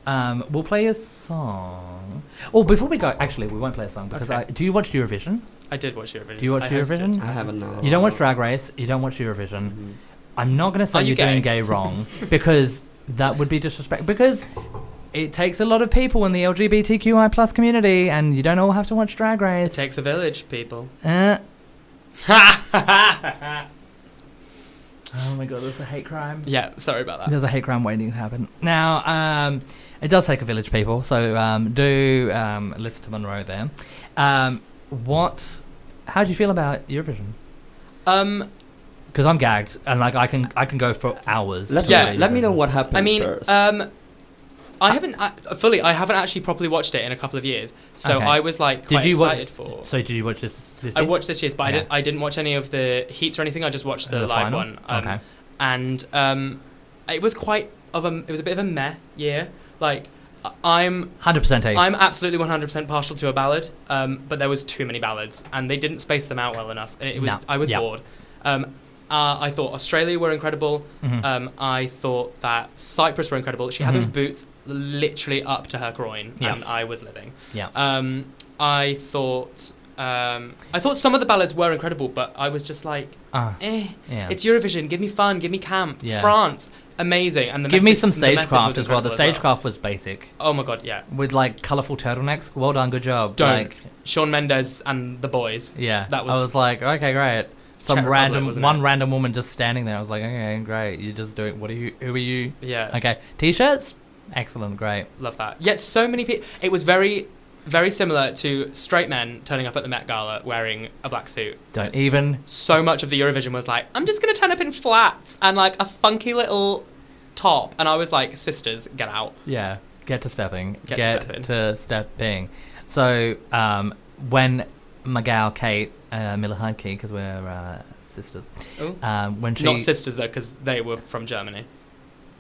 Speaker 1: Um, we'll play a song. Oh, before we go, actually, we won't play a song because
Speaker 2: Okay.
Speaker 1: I do you watch Eurovision?
Speaker 2: I did watch Eurovision.
Speaker 1: Do you watch
Speaker 2: I
Speaker 1: Eurovision?
Speaker 2: hosted.
Speaker 3: I haven't
Speaker 2: hosted
Speaker 3: now.
Speaker 2: it.
Speaker 1: You don't watch Drag Race. You don't watch Eurovision.
Speaker 3: Mhm.
Speaker 1: I'm not going to say
Speaker 2: Are you
Speaker 1: you're doing
Speaker 2: gay?
Speaker 1: gay wrong because that would be disrespect. Because it takes a lot of people in the LGBTQI plus community, and you don't all have to watch Drag
Speaker 2: It
Speaker 1: Race.
Speaker 2: takes a village, people.
Speaker 1: Uh,
Speaker 2: yeah,
Speaker 1: oh my god, there's a hate crime.
Speaker 2: sorry about that.
Speaker 1: There's a hate crime waiting to happen. Now, um, it does take a village, people. So um, do um, listen to Monroe there. Um, what? How do you feel about Eurovision?
Speaker 2: Um,
Speaker 1: Because I'm gagged, and like I can I can go for hours.
Speaker 3: Let,
Speaker 2: Yeah.
Speaker 3: let, let me know what happened
Speaker 2: I mean,
Speaker 1: uh,
Speaker 3: first.
Speaker 2: um, I haven't uh, fully. I haven't actually properly watched it in a couple of years, so
Speaker 1: Okay.
Speaker 2: I was like
Speaker 1: Did
Speaker 2: quite
Speaker 1: you watch-
Speaker 2: excited for.
Speaker 1: So did you watch this? this
Speaker 2: I
Speaker 1: year?
Speaker 2: watched this year's, but I
Speaker 1: Yeah.
Speaker 2: didn't. I didn't watch any of the heats or anything. I just watched the, live
Speaker 1: final?
Speaker 2: one. Um,
Speaker 1: okay.
Speaker 2: And um, it was quite of a. It was a bit of a meh year. Like I- I'm.
Speaker 1: Hundred percent take.
Speaker 2: I'm absolutely 100% partial to a ballad, um, but there was too many ballads, and they didn't space them out well enough. And it was
Speaker 1: No.
Speaker 2: I was
Speaker 1: Yeah.
Speaker 2: bored. Um, uh, I thought Australia were incredible.
Speaker 1: Mhm.
Speaker 2: Um, I thought that Cyprus were incredible. She had those
Speaker 1: Mhm.
Speaker 2: boots literally up to her groin,
Speaker 1: Yeah.
Speaker 2: and I was living.
Speaker 1: yeah.
Speaker 2: Um, I thought um, I thought some of the ballads were incredible, but I was just like,
Speaker 1: Ah,
Speaker 2: eh,
Speaker 1: yeah.
Speaker 2: it's Eurovision. Give me fun. Give me camp.
Speaker 1: Yeah.
Speaker 2: France, amazing. And the
Speaker 1: Give me
Speaker 2: message-
Speaker 1: some
Speaker 2: the message
Speaker 1: stagecraft
Speaker 2: was
Speaker 1: as well. The
Speaker 2: incredible as well.
Speaker 1: stagecraft was basic
Speaker 2: Oh my god, yeah.
Speaker 1: with like colorful turtlenecks. Well done, good job.
Speaker 2: Don't.
Speaker 1: Like,
Speaker 2: Sean Mendes and the boys.
Speaker 1: yeah,
Speaker 2: That
Speaker 1: I
Speaker 2: was-
Speaker 1: was like, okay, great. Some
Speaker 2: Czech Republic,
Speaker 1: random
Speaker 2: wasn't
Speaker 1: one
Speaker 2: it?
Speaker 1: random woman just standing there. I was like, okay, great. You're just doing. What are you? Who are you?
Speaker 2: Yeah.
Speaker 1: Okay, t-shirts. Excellent, great.
Speaker 2: Love that. Yet so many people. It was very, very similar to straight men turning up at the Met Gala wearing a black suit.
Speaker 1: Don't even.
Speaker 2: So much of the Eurovision was like, I'm just gonna turn up in flats and like a funky little top, and I was like, sisters, get out.
Speaker 1: Yeah, get to stepping.
Speaker 2: Get to stepping.
Speaker 1: to stepping. So um, when my gal Kate uh, Miller Heidke, because we're uh, sisters, um, when she
Speaker 2: Not sisters though, because they were from Germany.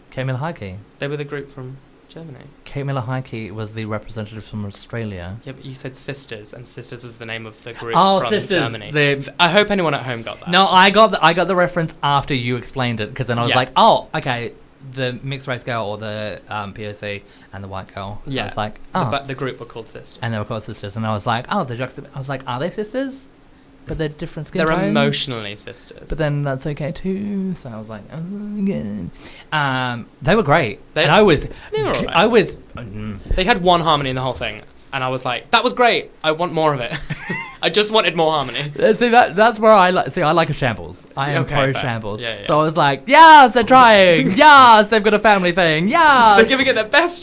Speaker 1: Kate Miller Heidke,
Speaker 2: They were the group from Germany.
Speaker 1: Kate Miller Heike was the representative from Australia.
Speaker 2: Yeah, but you said Sisters, and Sisters was the name of the group
Speaker 1: Oh,
Speaker 2: from
Speaker 1: Sisters,
Speaker 2: Germany.
Speaker 1: the-
Speaker 2: I hope anyone at home got that.
Speaker 1: No, I got the, I got the reference after you explained it because then I was
Speaker 2: Yeah.
Speaker 1: like, oh, okay, the mixed race girl or the um, POC and the white girl. So
Speaker 2: Yeah.
Speaker 1: I was like,
Speaker 2: The-
Speaker 1: oh,
Speaker 2: but the group were called Sisters.
Speaker 1: and they were called sisters, and I was like, oh, the juxtap- I was like, are they sisters? But they're different skin
Speaker 2: They're
Speaker 1: tones.
Speaker 2: emotionally sisters.
Speaker 1: But then that's okay too. So I was like, oh, good. Um, they were great,
Speaker 2: They-
Speaker 1: and I was,
Speaker 2: they were alright.
Speaker 1: I was. mm.
Speaker 2: they had one harmony in the whole thing, and I was like, that was great. I want more of it. I just wanted more harmony.
Speaker 1: Uh, See that that's where I like. See, I like a shambles. I am
Speaker 2: Okay,
Speaker 1: pro
Speaker 2: fair.
Speaker 1: shambles.
Speaker 2: Yeah, yeah.
Speaker 1: So I was like, yes, they're trying. yes, they've got a family thing.
Speaker 2: They're
Speaker 1: Yes,
Speaker 2: giving it their best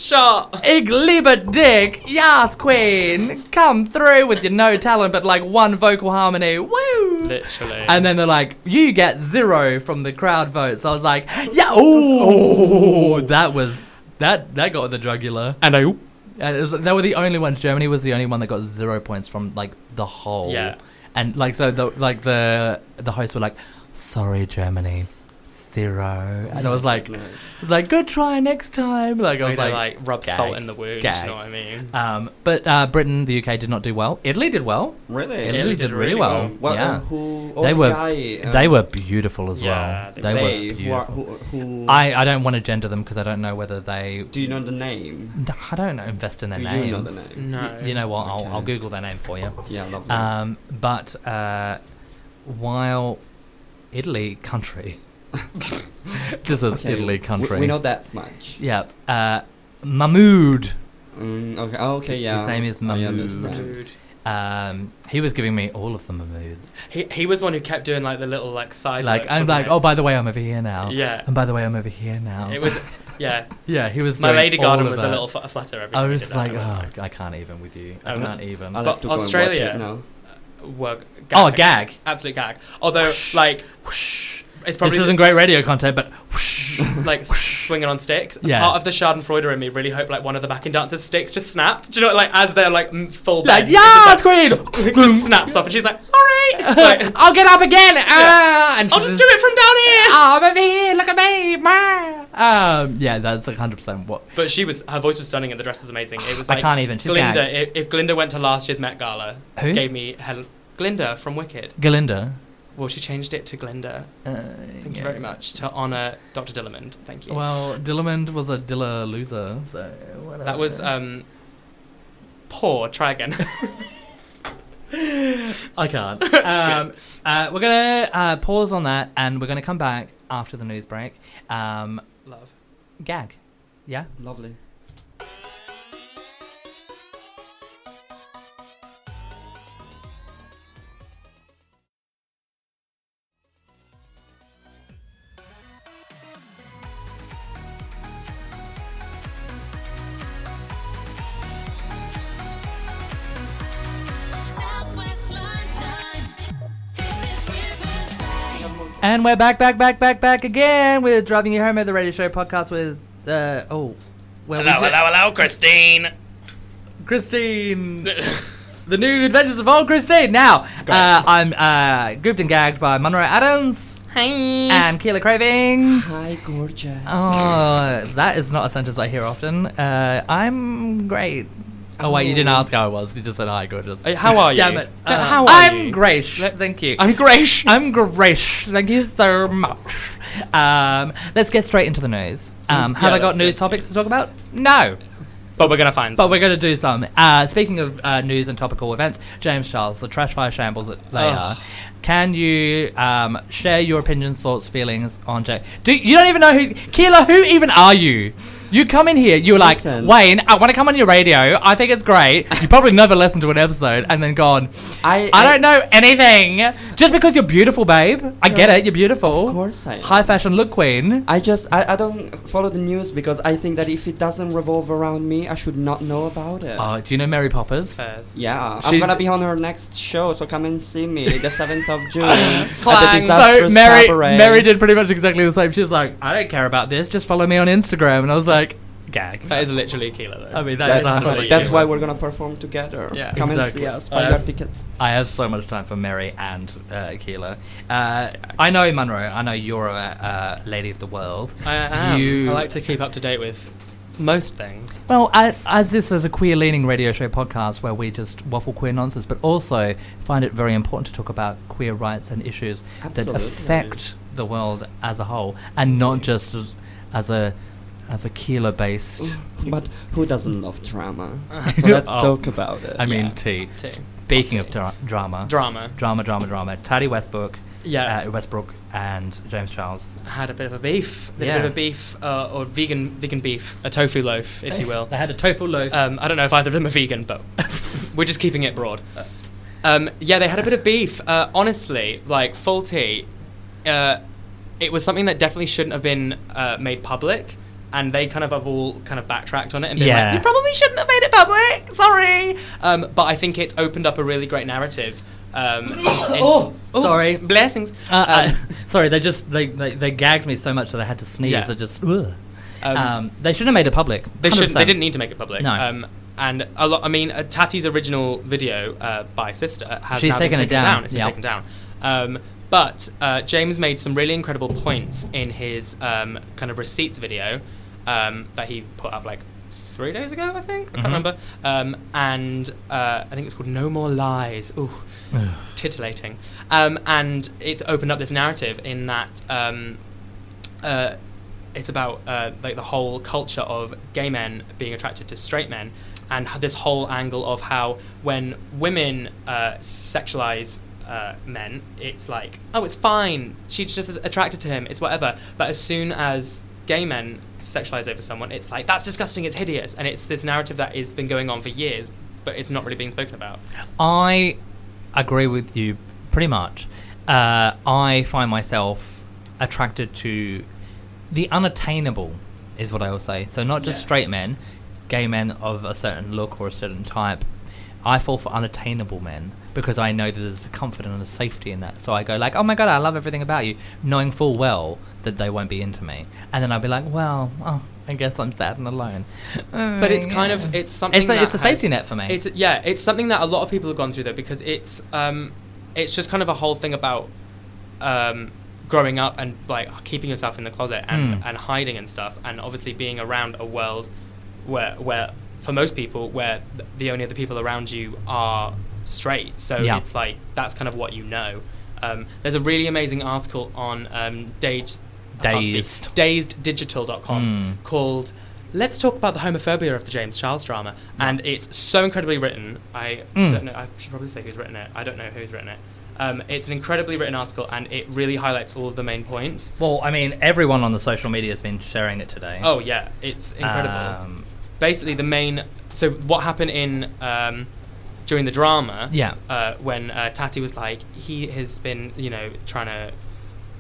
Speaker 2: shot.
Speaker 1: Ig lieber Dick. Yes, Queen, come through with your no talent, but like one vocal harmony. Woo!
Speaker 2: Literally.
Speaker 1: And then they're like, you get zero from the crowd votes. I was like, yeah, oh, that was that that got the jugular.
Speaker 2: and I.
Speaker 1: And it was, they were the only ones. Germany was the only one that got zero points from like the whole.
Speaker 2: Yeah.
Speaker 1: And like so, the like the the hosts were like, "Sorry, Germany, zero. And I was like, I
Speaker 3: Nice.
Speaker 1: was like, "Good try next time." Like I
Speaker 2: I
Speaker 1: was like,
Speaker 2: like, rub
Speaker 1: gag,
Speaker 2: salt in the wound. You
Speaker 1: gag.
Speaker 2: know what I mean?
Speaker 1: um, but uh, Britain, the UK did not do well. Italy did well.
Speaker 3: Really?
Speaker 1: Italy, did, really well.
Speaker 3: Um, what,
Speaker 1: yeah.
Speaker 3: uh, who?
Speaker 1: They
Speaker 3: oh, the
Speaker 1: were-
Speaker 3: guy, uh,
Speaker 1: they were beautiful as
Speaker 2: Yeah,
Speaker 1: well.
Speaker 2: they
Speaker 1: They,
Speaker 2: were.
Speaker 1: were
Speaker 3: They who
Speaker 1: beautiful.
Speaker 3: are who, who?
Speaker 1: I, I don't want to gender them because I don't know whether they.
Speaker 3: do you know the name?
Speaker 1: I don't invest in their
Speaker 3: do
Speaker 1: names.
Speaker 3: you know the name?
Speaker 2: no.
Speaker 1: You know what?
Speaker 3: Okay.
Speaker 1: I'll, I'll Google their name for you.
Speaker 3: Yeah, lovely.
Speaker 1: Um, but uh, while Italy country, this is
Speaker 3: Okay,
Speaker 1: Italy
Speaker 3: we-
Speaker 1: country.
Speaker 3: We, know that much.
Speaker 1: Yeah. Uh, Mahmood.
Speaker 3: Mm, okay. oh, okay. Yeah.
Speaker 1: name is
Speaker 3: I
Speaker 1: Mahmood.
Speaker 3: understand.
Speaker 2: Dude.
Speaker 1: Um, he was giving me all of the Mahmoods.
Speaker 2: He, he was the one who kept doing like the little like side
Speaker 1: Like
Speaker 2: looks,
Speaker 1: I was
Speaker 2: wasn't
Speaker 1: like,
Speaker 2: he?
Speaker 1: oh, by the way, I'm over here now.
Speaker 2: yeah
Speaker 1: And by the way, I'm over here now.
Speaker 2: it was yeah
Speaker 1: yeah, he was.
Speaker 2: my
Speaker 1: doing
Speaker 2: lady
Speaker 1: all
Speaker 2: garden
Speaker 1: of
Speaker 2: was a
Speaker 1: that.
Speaker 2: little f- flutter every
Speaker 1: I
Speaker 2: time he
Speaker 1: was
Speaker 2: did that,
Speaker 1: like,
Speaker 2: I went,
Speaker 1: oh, I can't even with you. I
Speaker 3: Uh-huh.
Speaker 2: Um,
Speaker 1: can't even.
Speaker 3: I'll
Speaker 2: But
Speaker 3: have to go
Speaker 2: Australia-
Speaker 3: and watch it now.
Speaker 2: like, work
Speaker 1: Oh, gag.
Speaker 2: absolute gag although like it's
Speaker 1: This
Speaker 2: probably
Speaker 1: isn't great radio content, but whoosh.
Speaker 2: like s- swinging on sticks
Speaker 1: Yeah.
Speaker 2: part of the schadenfreude in me really hope like one of the backing dancers sticks just snapped do you know like as they're like m- full
Speaker 1: like,
Speaker 2: bend,
Speaker 1: yeah, it's
Speaker 2: it's just,
Speaker 1: great.
Speaker 2: like, just snaps off and she's like sorry like,
Speaker 1: I'll get up again. Ah, and
Speaker 2: I'll
Speaker 1: she's
Speaker 2: just do it from down here
Speaker 1: Oh, I'm over here. Look at me. Ma. Um, yeah, that's like 100% what.
Speaker 2: But she was her voice was stunning and the dress was amazing. It was
Speaker 1: I
Speaker 2: like
Speaker 1: can't even, she's
Speaker 2: Glinda.
Speaker 1: gagged.
Speaker 2: If, if Glinda went to last year's Met Gala,
Speaker 1: Who?
Speaker 2: gave me Hel- Glinda from Wicked.
Speaker 1: Galinda.
Speaker 2: Well, she changed it to Glinda.
Speaker 1: Uh,
Speaker 2: Thank you very much to honor Dr. Dillamond. Thank you.
Speaker 1: Well, Dillamond was a Dilla loser, so whatever.
Speaker 2: that was um, poor. Try again.
Speaker 1: I can't. Um, uh, we're gonna uh, pause on that, and we're gonna come back after the news break. Um,
Speaker 2: Love.
Speaker 1: gag, yeah.
Speaker 3: Lovely.
Speaker 4: Southwest London. This is Riverside.
Speaker 1: And we're back, back, back, back, back again. We're driving you home at the radio show podcast with uh oh, well,
Speaker 2: Hello, hello, hello, Christine.
Speaker 1: Christine. The new adventures of old Christine. Now, uh, I'm uh, grouped and gagged by Monroe Adams
Speaker 2: Hi.
Speaker 1: and Keela Craving.
Speaker 3: Hi, gorgeous.
Speaker 1: Oh, that is not a sentence I hear often. Uh, I'm great. Oh, wait, you didn't ask how I was. You just said hi, gorgeous.
Speaker 2: Hey, how are you?
Speaker 1: Damn it.
Speaker 2: No,
Speaker 1: Uh,
Speaker 2: how are
Speaker 1: I'm
Speaker 2: you?
Speaker 1: great.
Speaker 2: Let's-
Speaker 1: Thank you.
Speaker 2: I'm Grace.
Speaker 1: I'm Grish. Thank you so much. Um, let's get straight into the news. Um, have
Speaker 2: Mm, yeah,
Speaker 1: I got
Speaker 2: let's
Speaker 1: news
Speaker 2: go.
Speaker 1: topics to talk about? No.
Speaker 2: But we're gonna find.
Speaker 1: But we're going to do some. Uh, speaking of uh, news and topical events, James Charles, the trash fire shambles that they
Speaker 2: Ugh.
Speaker 1: are. Can you um, share your opinions, thoughts, feelings on James? Do you don't even know who Keela? Who even are you? You come in here, you're like
Speaker 3: Listen.
Speaker 1: Wayne. I want to come on your radio. I think it's great. You probably never listened to an episode and then gone.
Speaker 3: I-
Speaker 1: I
Speaker 3: I-
Speaker 1: don't know anything. Just because you're beautiful, babe. I get it. You're beautiful.
Speaker 3: Of course I am.
Speaker 1: High fashion look queen.
Speaker 3: I just I, I don't follow the news because I think that if it doesn't revolve around me, I should not know about it.
Speaker 1: Uh, do you know Mary Poppins?
Speaker 2: First.
Speaker 3: yeah,
Speaker 1: she-
Speaker 3: I'm gonna be on her next show, so come and see me the seventh of June. at the
Speaker 1: Clang. So
Speaker 3: Disastrous
Speaker 1: Mary,
Speaker 3: Cabaret.
Speaker 1: Mary did pretty much exactly the same. She was like, I don't care about this. Just follow me on Instagram. And I was like, gag.
Speaker 2: That is literally Keela though.
Speaker 1: I mean, that
Speaker 3: That's,
Speaker 1: is a
Speaker 2: what
Speaker 1: hundred
Speaker 2: you
Speaker 3: that's
Speaker 1: percent.
Speaker 2: do.
Speaker 3: why we're gonna perform together.
Speaker 2: Yeah.
Speaker 3: come
Speaker 1: Exactly.
Speaker 3: and see us. Buy your
Speaker 1: Us.
Speaker 3: tickets.
Speaker 1: I have so much time for Mary and uh, Keela. Uh, I know Munro. I know you're a uh, lady of the world.
Speaker 2: I am.
Speaker 1: You,
Speaker 2: I like to keep up to date with most things.
Speaker 1: Well, a- as this is a queer leaning radio show podcast where we just waffle queer nonsense, but also find it very important to talk about queer rights and issues
Speaker 3: Absolutely.
Speaker 1: that affect the world as a whole and not just as- as a as a keeler based.
Speaker 3: But who doesn't love drama? So let's
Speaker 1: Oh.
Speaker 3: talk about it.
Speaker 1: I mean,
Speaker 2: Yeah,
Speaker 1: tea.
Speaker 2: tea.
Speaker 1: Speaking of
Speaker 2: Tea.
Speaker 1: dra- drama,
Speaker 2: Drama.
Speaker 1: drama, drama, drama. Taddy Westbrook,
Speaker 2: Yeah.
Speaker 1: uh, Westbrook, and James Charles.
Speaker 2: had a bit of a beef, they had a
Speaker 1: Yeah.
Speaker 2: bit of a beef, uh, or vegan vegan beef, a tofu loaf, if you will.
Speaker 1: they had a tofu loaf.
Speaker 2: Um, I don't know if either of them are vegan, but we're just keeping it broad. Um, yeah, they had a bit of beef. Uh, honestly, like full tea, uh, it was something that definitely shouldn't have been uh, made public, and they kind of have all kind of backtracked on it and been
Speaker 1: Yeah.
Speaker 2: like, "You probably shouldn't have made it public. Sorry." Um, but I think it's opened up a really great narrative. Um, in-
Speaker 1: Oh, oh. Sorry.
Speaker 2: blessings.
Speaker 1: Uh, uh,
Speaker 2: Um,
Speaker 1: sorry, they just they, they they gagged me so much that I had to sneeze.
Speaker 2: Yeah.
Speaker 1: I just ugh.
Speaker 2: Um,
Speaker 1: Um, they shouldn't have made it public.
Speaker 2: They should. They
Speaker 1: 100%.
Speaker 2: didn't need to make it public.
Speaker 1: No.
Speaker 2: Um, and a lot. I mean, uh, Tati's original video uh, by Sister has
Speaker 1: She's
Speaker 2: now been
Speaker 1: taken it
Speaker 2: taken
Speaker 1: down,
Speaker 2: It's been
Speaker 1: yeah.
Speaker 2: taken down. Um, but uh, James made some really incredible points in his um, kind of receipts video um, that he put up like three days ago, I think. I can't
Speaker 1: Mhm.
Speaker 2: remember. Um, and uh, I think it's called "No More Lies." Ooh titillating. Um, and it's opened up this narrative in that um, uh, it's about uh, like the whole culture of gay men being attracted to straight men, and h- this whole angle of how when women uh, sexualize. Uh, men, it's like, oh, it's fine. She's just attracted to him. It's whatever. But as soon as gay men sexualize over someone, it's like that's disgusting. It's hideous, and it's this narrative that has been going on for years, but it's not really being spoken about.
Speaker 1: I agree with you pretty much. Uh, I find myself attracted to the unattainable, is what I will say. So, not just
Speaker 2: Yeah.
Speaker 1: straight men, gay men of a certain look or a certain type. I fall for unattainable men because I know that there's a comfort and a safety in that. So I go like, "Oh my god, I love everything about you," knowing full well that they won't be into me. And then I'll be like, "Well, oh, I guess I'm sad and alone." Mm.
Speaker 2: but it's kind of it's something
Speaker 1: It's a,
Speaker 2: that
Speaker 1: it's a safety
Speaker 2: has-
Speaker 1: net for me.
Speaker 2: It's yeah, it's something that a lot of people have gone through though because it's um, it's just kind of a whole thing about um, growing up and like keeping yourself in the closet and,
Speaker 1: Mm.
Speaker 2: and hiding and stuff, and obviously being around a world where where for most people where th- the only other people around you are straight, so
Speaker 1: Yeah.
Speaker 2: it's like that's kind of what you know. Um, there's a really amazing article on um, Dage. I can't speak.
Speaker 1: Dazed.
Speaker 2: dazeddigital.com
Speaker 1: Mm.
Speaker 2: called Let's Talk About the Homophobia of the James Charles Drama. And it's so incredibly written. I
Speaker 1: Mm.
Speaker 2: don't know, I should probably say who's written it. I don't know who's written it. Um, it's an incredibly written article and it really highlights all of the main points.
Speaker 1: Well, I mean, everyone on the social media has been sharing it today.
Speaker 2: Oh, yeah, it's incredible.
Speaker 1: Um,
Speaker 2: Basically, the main. So, what happened in. Um, during the drama,
Speaker 1: Yeah.
Speaker 2: uh, when uh, Tati was like, he has been, you know, trying to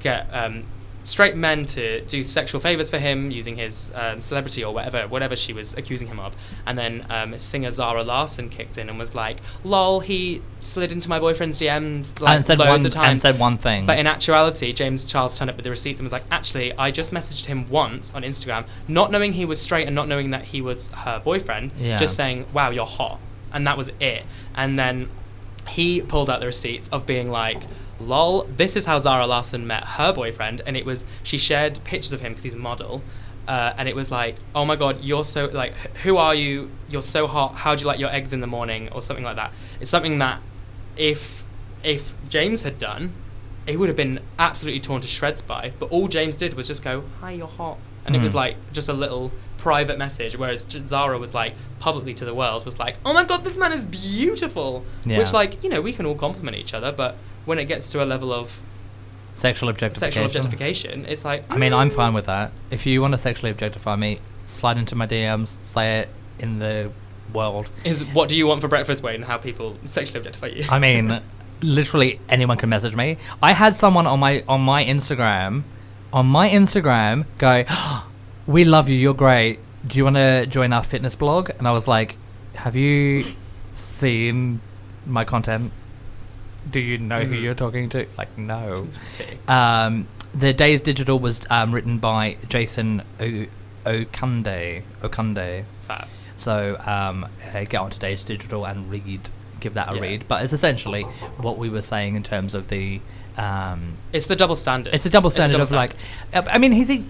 Speaker 2: get um, straight men to do sexual favors for him using his um, celebrity or whatever, whatever she was accusing him of. And then um, singer Zara Larson kicked in and was like, "Lol, he slid into my boyfriend's DMs like
Speaker 1: and said
Speaker 2: loads
Speaker 1: one
Speaker 2: of times."
Speaker 1: and said one thing.
Speaker 2: But in actuality, James Charles turned up with the receipts and was like, actually, I just messaged him once on Instagram, not knowing he was straight and not knowing that he was her boyfriend,
Speaker 1: Yeah.
Speaker 2: just saying, wow, you're hot. And that was it. And then he pulled out the receipts of being like, lol, this is how Zara Larson met her boyfriend. And it was, she shared pictures of him because he's a model. Uh, and it was like, oh my god, you're so like, "Wh- who are you? You're so hot. How do you like your eggs in the morning, or something like that? It's something that, if if James had done, he would have been absolutely torn to shreds by. But all James did was just go, "Hi, you're hot," and it was
Speaker 1: Mm.
Speaker 2: like just a little private message. Whereas J- Zara was like publicly to the world was like, "Oh my god, this man is beautiful,"
Speaker 1: Yeah.
Speaker 2: which like you know we can all compliment each other, but when it gets to a level of
Speaker 1: sexual objectification.
Speaker 2: sexual objectification, it's like
Speaker 1: I mean, I'm
Speaker 2: mm.
Speaker 1: fine with that. If you want to sexually objectify me, slide into my DMs, say it in the world.
Speaker 2: Is what do you want for breakfast, Wayne? How people sexually objectify you?
Speaker 1: I mean, literally anyone can message me. I had someone on my on my Instagram, on my Instagram, go, "We love you. You're great. Do you want to join our fitness blog?" And I was like, "Have you seen my content? Do you know who
Speaker 2: Mhm.
Speaker 1: you're talking to?" Like, no.
Speaker 2: Tea.
Speaker 1: Um, the Days Digital was um, written by Jason o- Okunde. Okunde.
Speaker 2: Fab.
Speaker 1: So um, uh, get on today's digital and read, give that a
Speaker 2: Yeah.
Speaker 1: read. But it's essentially what we were saying in terms of the. Um,
Speaker 2: It's the double standard.
Speaker 1: it's a double standard of like, I I mean, he's a,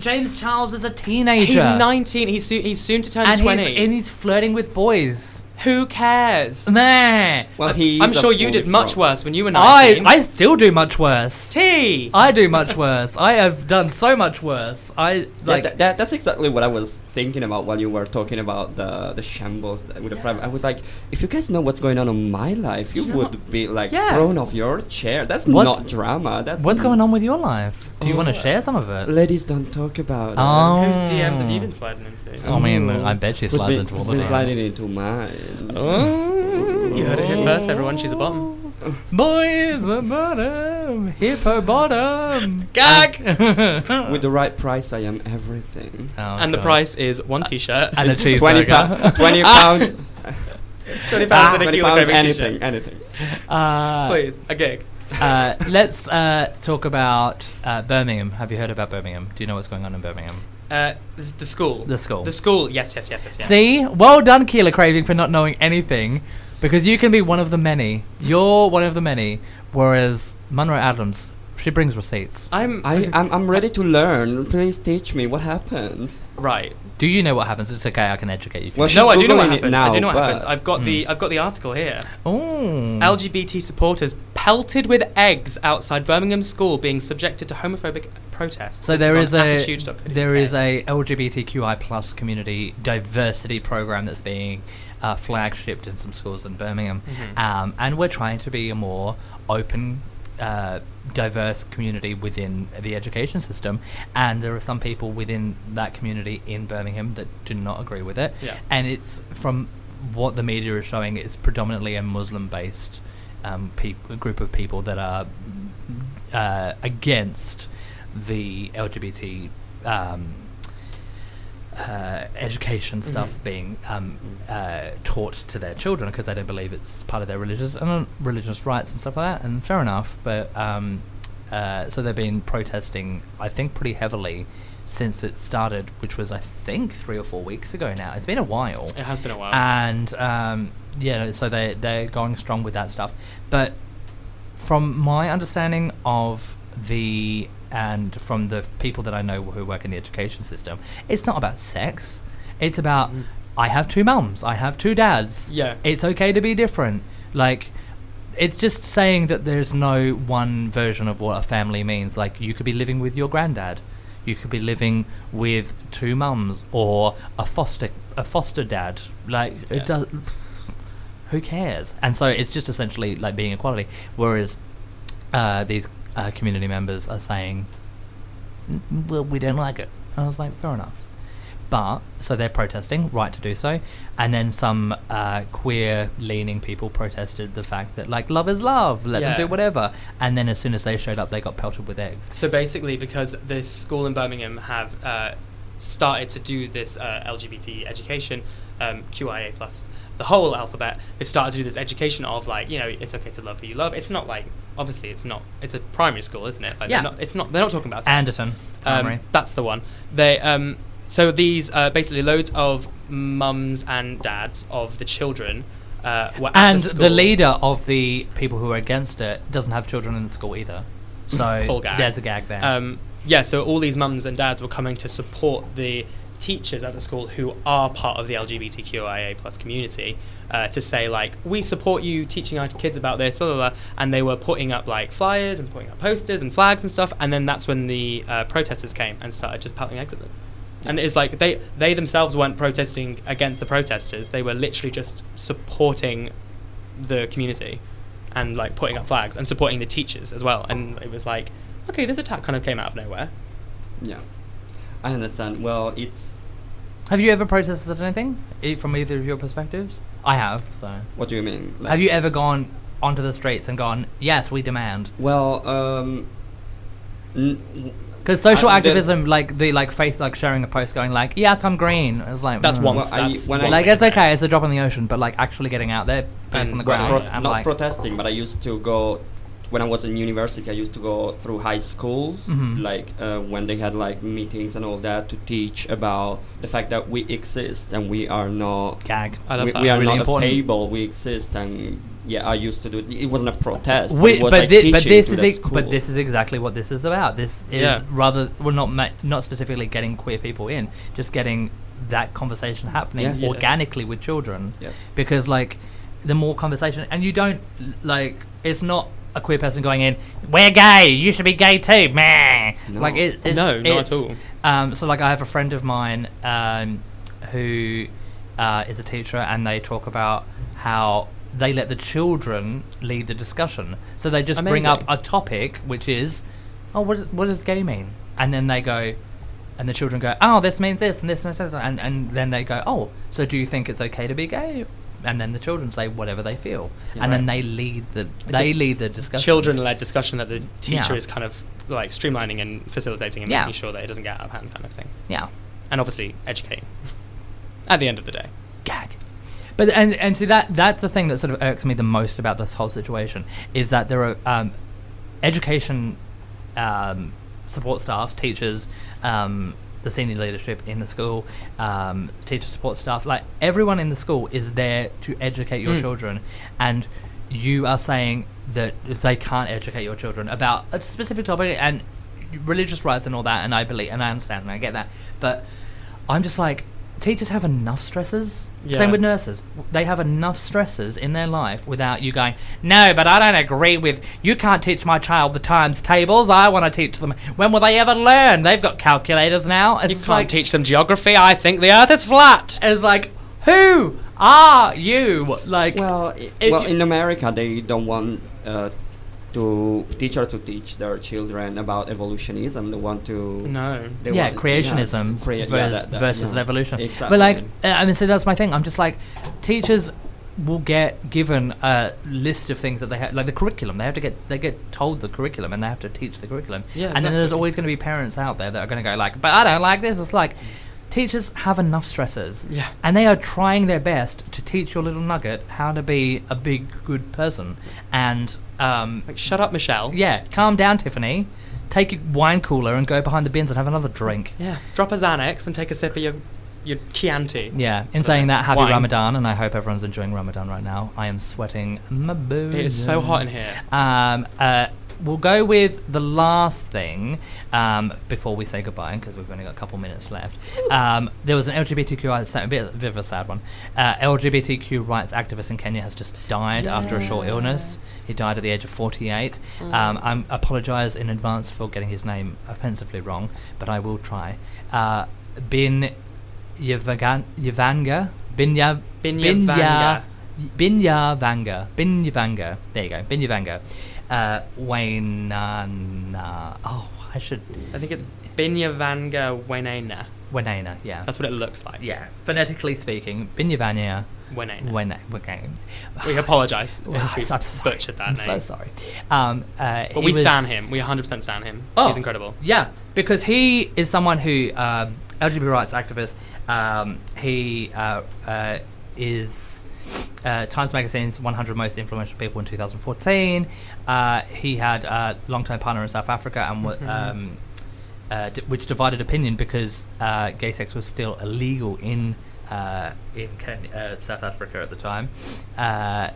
Speaker 1: James Charles is a teenager.
Speaker 2: He's 19. He's soon, he's soon to turn
Speaker 1: and
Speaker 2: 20.
Speaker 1: He's, and he's flirting with boys.
Speaker 2: Who cares?
Speaker 1: Nah.
Speaker 3: Well, he.
Speaker 2: I'm
Speaker 3: is a
Speaker 2: sure you
Speaker 3: fully
Speaker 2: did much
Speaker 3: frog.
Speaker 2: worse when you were
Speaker 1: I
Speaker 2: 19.
Speaker 1: I still do much worse.
Speaker 2: T.
Speaker 1: I do much worse. I have done so much worse. I
Speaker 3: Yeah,
Speaker 1: like.
Speaker 3: tha- that, that's exactly what I was thinking about while you were talking about the the shambles that- with the private. I was like, if you guys know what's going on in my life, you would be like
Speaker 2: Yeah.
Speaker 3: thrown off your chair. That's
Speaker 1: What's-
Speaker 3: not drama. That's
Speaker 1: What's going on with your life? Do you
Speaker 3: Oh.
Speaker 1: want to share some of it?
Speaker 3: Ladies don't talk about it.
Speaker 1: Oh.
Speaker 2: Whose DMs have you been sliding into?
Speaker 1: I mean,
Speaker 3: Oh.
Speaker 1: I bet she
Speaker 3: Who's
Speaker 1: slides
Speaker 3: been-
Speaker 1: into all
Speaker 3: who's
Speaker 1: the DMs.
Speaker 3: been sliding into mine.
Speaker 2: Oh. You heard it here first, everyone. She's a bottom.
Speaker 1: Boys, the bottom, hippo bottom.
Speaker 2: Gag!
Speaker 3: With the right price, I am everything.
Speaker 2: and the price is one T-shirt
Speaker 1: Oh, and a cheeseburger.
Speaker 3: Twenty pounds. Twenty pounds.
Speaker 2: Twenty pounds and a
Speaker 3: Ah. Twenty
Speaker 2: kilo
Speaker 3: pounds.
Speaker 2: craving
Speaker 3: Anything.
Speaker 2: t-shirt.
Speaker 3: Anything.
Speaker 1: Uh,
Speaker 2: Please, a gig.
Speaker 1: uh, let's uh, talk about uh, Birmingham. Have you heard about Birmingham? Do you know what's going on in Birmingham?
Speaker 2: Uh, the, the school.
Speaker 1: The school.
Speaker 2: The school. Yes, yes, yes, yes. yes.
Speaker 1: See, well done, Keela Craving, for not knowing anything, because you can be one of the many. You're one of the many, whereas Munro Adams, she brings receipts.
Speaker 2: I'm.
Speaker 3: I, I'm, I'm ready to learn. Please teach me what happened.
Speaker 2: right.
Speaker 1: Do you know what happens? It's okay, I can educate you. if you
Speaker 3: Well,
Speaker 1: need.
Speaker 3: She's
Speaker 2: no, I do know what
Speaker 3: Googling it
Speaker 2: happened. I
Speaker 3: now,
Speaker 2: do know what
Speaker 3: but-
Speaker 2: happened. I've got the
Speaker 1: Mm.
Speaker 2: I've got the article here.
Speaker 1: Ooh.
Speaker 2: LGBT supporters pelted with eggs outside Birmingham school, being subjected to homophobic protests.
Speaker 1: So
Speaker 2: This
Speaker 1: there
Speaker 2: was
Speaker 1: is
Speaker 2: on
Speaker 1: a
Speaker 2: attitude.co.uk.
Speaker 1: there is a LGBTQI plus community diversity program that's being uh, flagshipped in some schools in Birmingham,
Speaker 2: Mhm.
Speaker 1: um, and we're trying to be a more open. Uh, diverse community within the education system, and there are some people within that community in Birmingham that do not agree with it.
Speaker 2: Yeah.
Speaker 1: And it's from what the media is showing, it's predominantly a Muslim based um, peop group of people that are uh, against the LGBT um, uh, education stuff being um, uh, taught to their children because they don't believe it's part of their religious and uh, religious rights and stuff like that. And fair enough, but um, uh, so they've been protesting, I think, pretty heavily since it started, which was I think three or four weeks ago now. It's been a while
Speaker 2: It has been a while.
Speaker 1: and um, yeah, so they they're going strong with that stuff. But from my understanding of the and from the people that I know who work in the education system, it's not about sex. It's about I have two mums, I have two dads.
Speaker 2: Mm. Yeah.
Speaker 1: it's okay to be different. Like. It's just saying that there's no one version of what a family means. Like, you could be living with your granddad, you could be living with two mums or a foster a foster dad. Like
Speaker 2: Yeah.
Speaker 1: it does. Who cares? And so it's just essentially like being equality. Whereas uh, these uh, community members are saying, "N- "Well, we don't like it." And I was like, "Fair enough." But so they're protesting, right to do so, and then some uh, queer-leaning people protested the fact that like love is love, let
Speaker 2: Yeah.
Speaker 1: them do whatever. And then as soon as they showed up, they got pelted with eggs.
Speaker 2: So basically, because this school in Birmingham have uh, started to do this uh, LGBT education, um, QIA plus the whole alphabet, they've started to do this education of like, you know, it's okay to love who you love. It's not like obviously it's not. It's a primary school, isn't it? Like
Speaker 1: Yeah.
Speaker 2: They're not, it's not. They're not talking about sex.
Speaker 1: Anderton Primary.
Speaker 2: Um, that's the one. They um, so these uh, basically loads of mums and dads of the children. Uh, were at
Speaker 1: And the,
Speaker 2: the, school.
Speaker 1: leader of the people who are against it doesn't have children in the school either. So
Speaker 2: Full gag.
Speaker 1: there's a gag there.
Speaker 2: Um, yeah, so all these mums and dads were coming to support the teachers at the school who are part of the LGBTQIA plus community uh, to say like, we support you teaching our kids about this, blah blah blah. And they were putting up like flyers and putting up posters and flags and stuff. And then that's when the uh, protesters came and started just pelting eggs at them. And it's like they they themselves weren't protesting against the protesters. They were literally just supporting the community and like putting up flags and supporting the teachers as well. And it was like, okay, this attack kind of came out of nowhere.
Speaker 3: Yeah, I understand. Well, it's.
Speaker 1: have you ever protested anything e- from either of your perspectives? I have. So
Speaker 3: What do you mean? Like-
Speaker 1: have you ever gone onto the streets and gone, yes, we demand?
Speaker 3: Well, um. n- w-
Speaker 1: Because social
Speaker 3: I- the-
Speaker 1: activism, like the like face, like sharing a post going like, yes, I'm green. It's like
Speaker 2: That's
Speaker 1: mm.
Speaker 2: one.
Speaker 3: Well, I-
Speaker 2: that's
Speaker 3: when I-
Speaker 2: one
Speaker 1: Like
Speaker 2: thing.
Speaker 1: it's okay, it's a drop in the ocean, but like actually getting out there, boots
Speaker 2: And-
Speaker 1: on the
Speaker 2: well,
Speaker 1: ground,
Speaker 3: pro-
Speaker 1: and
Speaker 3: not
Speaker 1: like
Speaker 3: protesting, but I used to go when I was in university. I used to go through high schools,
Speaker 1: Mhm.
Speaker 3: like uh, when they had like meetings and all that to teach about the fact that we exist and we are not.
Speaker 1: gag.
Speaker 2: I love
Speaker 3: we,
Speaker 2: that.
Speaker 3: we are
Speaker 1: Really
Speaker 3: not
Speaker 1: important.
Speaker 3: a fable. We exist, and yeah, I used to do it. It wasn't a protest.
Speaker 1: Wait,
Speaker 3: it was
Speaker 1: but,
Speaker 3: like
Speaker 1: thi- but
Speaker 3: teaching
Speaker 1: this
Speaker 3: to
Speaker 1: is
Speaker 3: the
Speaker 1: ex- but
Speaker 3: school.
Speaker 1: this is exactly what this is about. This is
Speaker 2: Yeah.
Speaker 1: rather well not ma- not specifically getting queer people in, just getting that conversation happening
Speaker 3: Yes. Yeah.
Speaker 1: organically with children.
Speaker 3: Yes.
Speaker 1: Because like the more conversation, and you don't like it's not a queer person going in. We're gay. You should be gay too, man.
Speaker 3: No.
Speaker 1: Like it, it's,
Speaker 2: No, not at
Speaker 1: it's-
Speaker 2: all.
Speaker 1: Um, so like I have a friend of mine um, who uh, is a teacher, and they talk about how they let the children lead the discussion. So they just bring up a
Speaker 2: Amazing.
Speaker 1: topic, which is, oh, what, is, what does gay mean? And then they go, and the children go, oh, this means this, and this means that, and and then they go, oh, so do you think it's okay to be gay? And then the children say whatever they feel,
Speaker 3: Yeah,
Speaker 1: and then
Speaker 3: right.
Speaker 1: they lead the they
Speaker 2: a
Speaker 1: lead the discussion.
Speaker 2: Children-led discussion that the
Speaker 1: Yeah.
Speaker 2: teacher is kind of like streamlining and facilitating and
Speaker 1: Yeah.
Speaker 2: making sure that it doesn't get out of hand, kind of thing.
Speaker 1: yeah.
Speaker 2: And obviously educating. At the end of the day.
Speaker 1: gag. But and and see that that's the thing that sort of irks me the most about this whole situation is that there are um, education um, support staff, teachers, um, the senior leadership in the school, um, teacher support staff, like everyone in the school is there to educate your
Speaker 2: Mm.
Speaker 1: children, and you are saying that they can't educate your children about a specific topic and religious rights and all that, and I believe and I understand and I get that, but I'm just like, teachers have enough stresses. Same
Speaker 2: Yeah.
Speaker 1: with nurses. They have enough stresses in their life without you going, no, but I don't agree with, you can't teach my child the times tables. I want to teach them. When will they ever learn? They've got calculators now. It's
Speaker 2: You can't
Speaker 1: like,
Speaker 2: teach them geography. I think the Earth is flat.
Speaker 1: It's like, who are you? Like,
Speaker 3: Well, i-
Speaker 1: if
Speaker 3: well,
Speaker 1: you-
Speaker 3: in America, they don't want uh, to teacher to teach their children about evolutionism. They want to
Speaker 2: No.
Speaker 3: They
Speaker 1: yeah,
Speaker 3: want-
Speaker 1: creationism
Speaker 3: yes, crea- yeah,
Speaker 1: vers-
Speaker 3: that- that,
Speaker 1: versus
Speaker 3: yeah.
Speaker 1: evolution.
Speaker 3: Exactly.
Speaker 1: But like, uh, I mean, so that's my thing. I'm just like, teachers will get given a list of things that they have, like the curriculum. They have to get they get told the curriculum and they have to teach the curriculum.
Speaker 2: Yeah,
Speaker 1: And then there's
Speaker 2: exactly.
Speaker 1: always going to be parents out there that are going to go like, but I don't like this. It's like. Teachers have enough stresses,
Speaker 2: Yeah.
Speaker 1: and they are trying their best to teach your little nugget how to be a big, good person. And um,
Speaker 2: Like, shut up, Michelle.
Speaker 1: yeah, calm down, Tiffany. Take your wine cooler and go behind the bins and have another drink.
Speaker 2: Yeah. Drop a Xanax and take a sip of your, your Chianti.
Speaker 1: Yeah, in saying that, happy
Speaker 2: Wine.
Speaker 1: Ramadan, and I hope everyone's enjoying Ramadan right now. I am sweating my boobs.
Speaker 2: It is so hot in here.
Speaker 1: Um, uh, we'll go with the last thing um, before we say goodbye, because we've only got a couple minutes left. Um, there was an LGBTQI, it's a bit, bit of a sad one. Uh, LGBTQ rights activist in Kenya has just died after a short illness. He died at the age of 48.
Speaker 2: Mm.
Speaker 1: Um, I apologise in advance for getting his name offensively wrong, but I will try. Uh, Bin Yavagan- Yavanga? Binya,
Speaker 2: Binyavanga.
Speaker 1: Binya Vanga. Binya Vanga. There you go. Binya Vanga. Uh, Wainana. Oh, I should.
Speaker 2: I think it's Binyavanga Wenena.
Speaker 1: Wainana, yeah.
Speaker 2: That's what it looks like.
Speaker 1: yeah. Phonetically speaking, Binyavanya.
Speaker 2: Wenena.
Speaker 1: Wainana. Okay.
Speaker 2: We apologise
Speaker 1: Well,
Speaker 2: if we
Speaker 1: Oh, I'm
Speaker 2: have
Speaker 1: so
Speaker 2: butchered
Speaker 1: sorry.
Speaker 2: that
Speaker 1: I'm
Speaker 2: name.
Speaker 1: so sorry. Um, uh, he
Speaker 2: But we
Speaker 1: was- Oh.
Speaker 2: stand him. We 100% stand him. He's incredible.
Speaker 1: Yeah, because he is someone who um, LGBT rights activist. Um, he uh, uh, is uh, Times Magazine's 100 most influential people in 2014. Uh, he had a long-time partner in South Africa, and wa-
Speaker 2: Mm-hmm.
Speaker 1: um, uh, d- which divided opinion because uh, gay sex was still illegal in uh, in Ken- uh, South Africa at the time. Uh,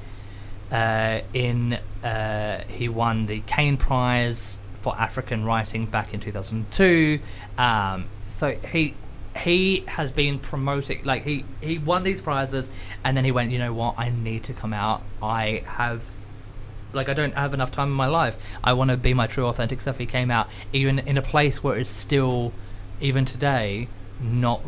Speaker 1: uh, in uh, he won the Kane Prize for African writing back in 2002. Um, so he he has been promoting like he he won these prizes and then he went you know what I need to come out I have like I don't have enough time in my life. I want to be my true authentic self. He came out even in a place where it's still even today not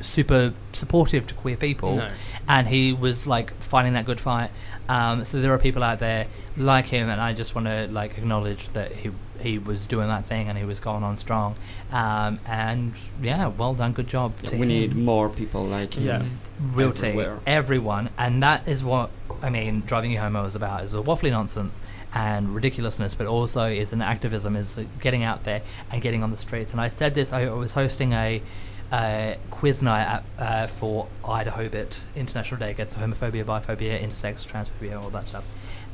Speaker 1: super supportive to queer people
Speaker 2: No.
Speaker 1: and he was like fighting that good fight um, so there are people out there like him and I just want to like acknowledge that he he was doing that thing and he was going on strong um, and yeah well done good job
Speaker 3: Yeah,
Speaker 1: to
Speaker 3: we
Speaker 1: him
Speaker 3: need more people like
Speaker 2: Yeah.
Speaker 3: him
Speaker 1: real tea,
Speaker 3: everywhere.
Speaker 1: everyone, and that is what I mean. Driving You Homo is about is a waffly nonsense and ridiculousness, but also is an activism, is getting out there and getting on the streets. And I said this. I was hosting a, uh quiz night at, uh, for Idaho Bit International Day Against Homophobia, Biphobia, Intersex, Transphobia, all that stuff.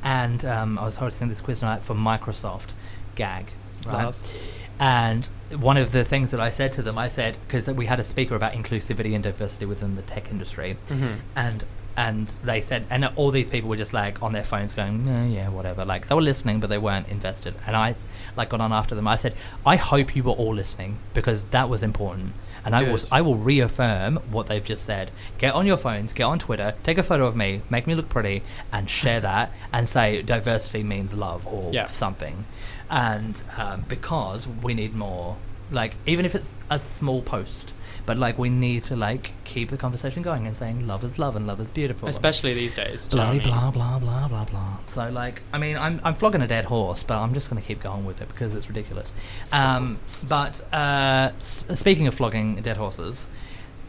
Speaker 1: And um, I was hosting this quiz night for Microsoft, gag, right?
Speaker 2: Love.
Speaker 1: And one of the things that I said to them, I said, because we had a speaker about inclusivity and diversity within the tech industry,
Speaker 2: Mhm.
Speaker 1: and and they said, and all these people were just like on their phones going, "No, yeah, whatever. Like they were listening, but they weren't invested. And I like got on after them. I said, I hope you were all listening because that was important. And I was,
Speaker 2: Good.
Speaker 1: I will reaffirm what they've just said. Get on your phones, get on Twitter, take a photo of me, make me look pretty, and share that, and say diversity means love or
Speaker 2: Yeah.
Speaker 1: something. And um, because we need more, like even if it's a small post. But like we need to like keep the conversation going and saying love is love and love is beautiful.
Speaker 2: especially these days. do you know
Speaker 1: Blah,
Speaker 2: what I mean?
Speaker 1: blah blah blah blah blah. So like, I mean, I'm I'm flogging a dead horse, but I'm just going to keep going with it because it's ridiculous. Um, but uh, s- speaking of flogging dead horses,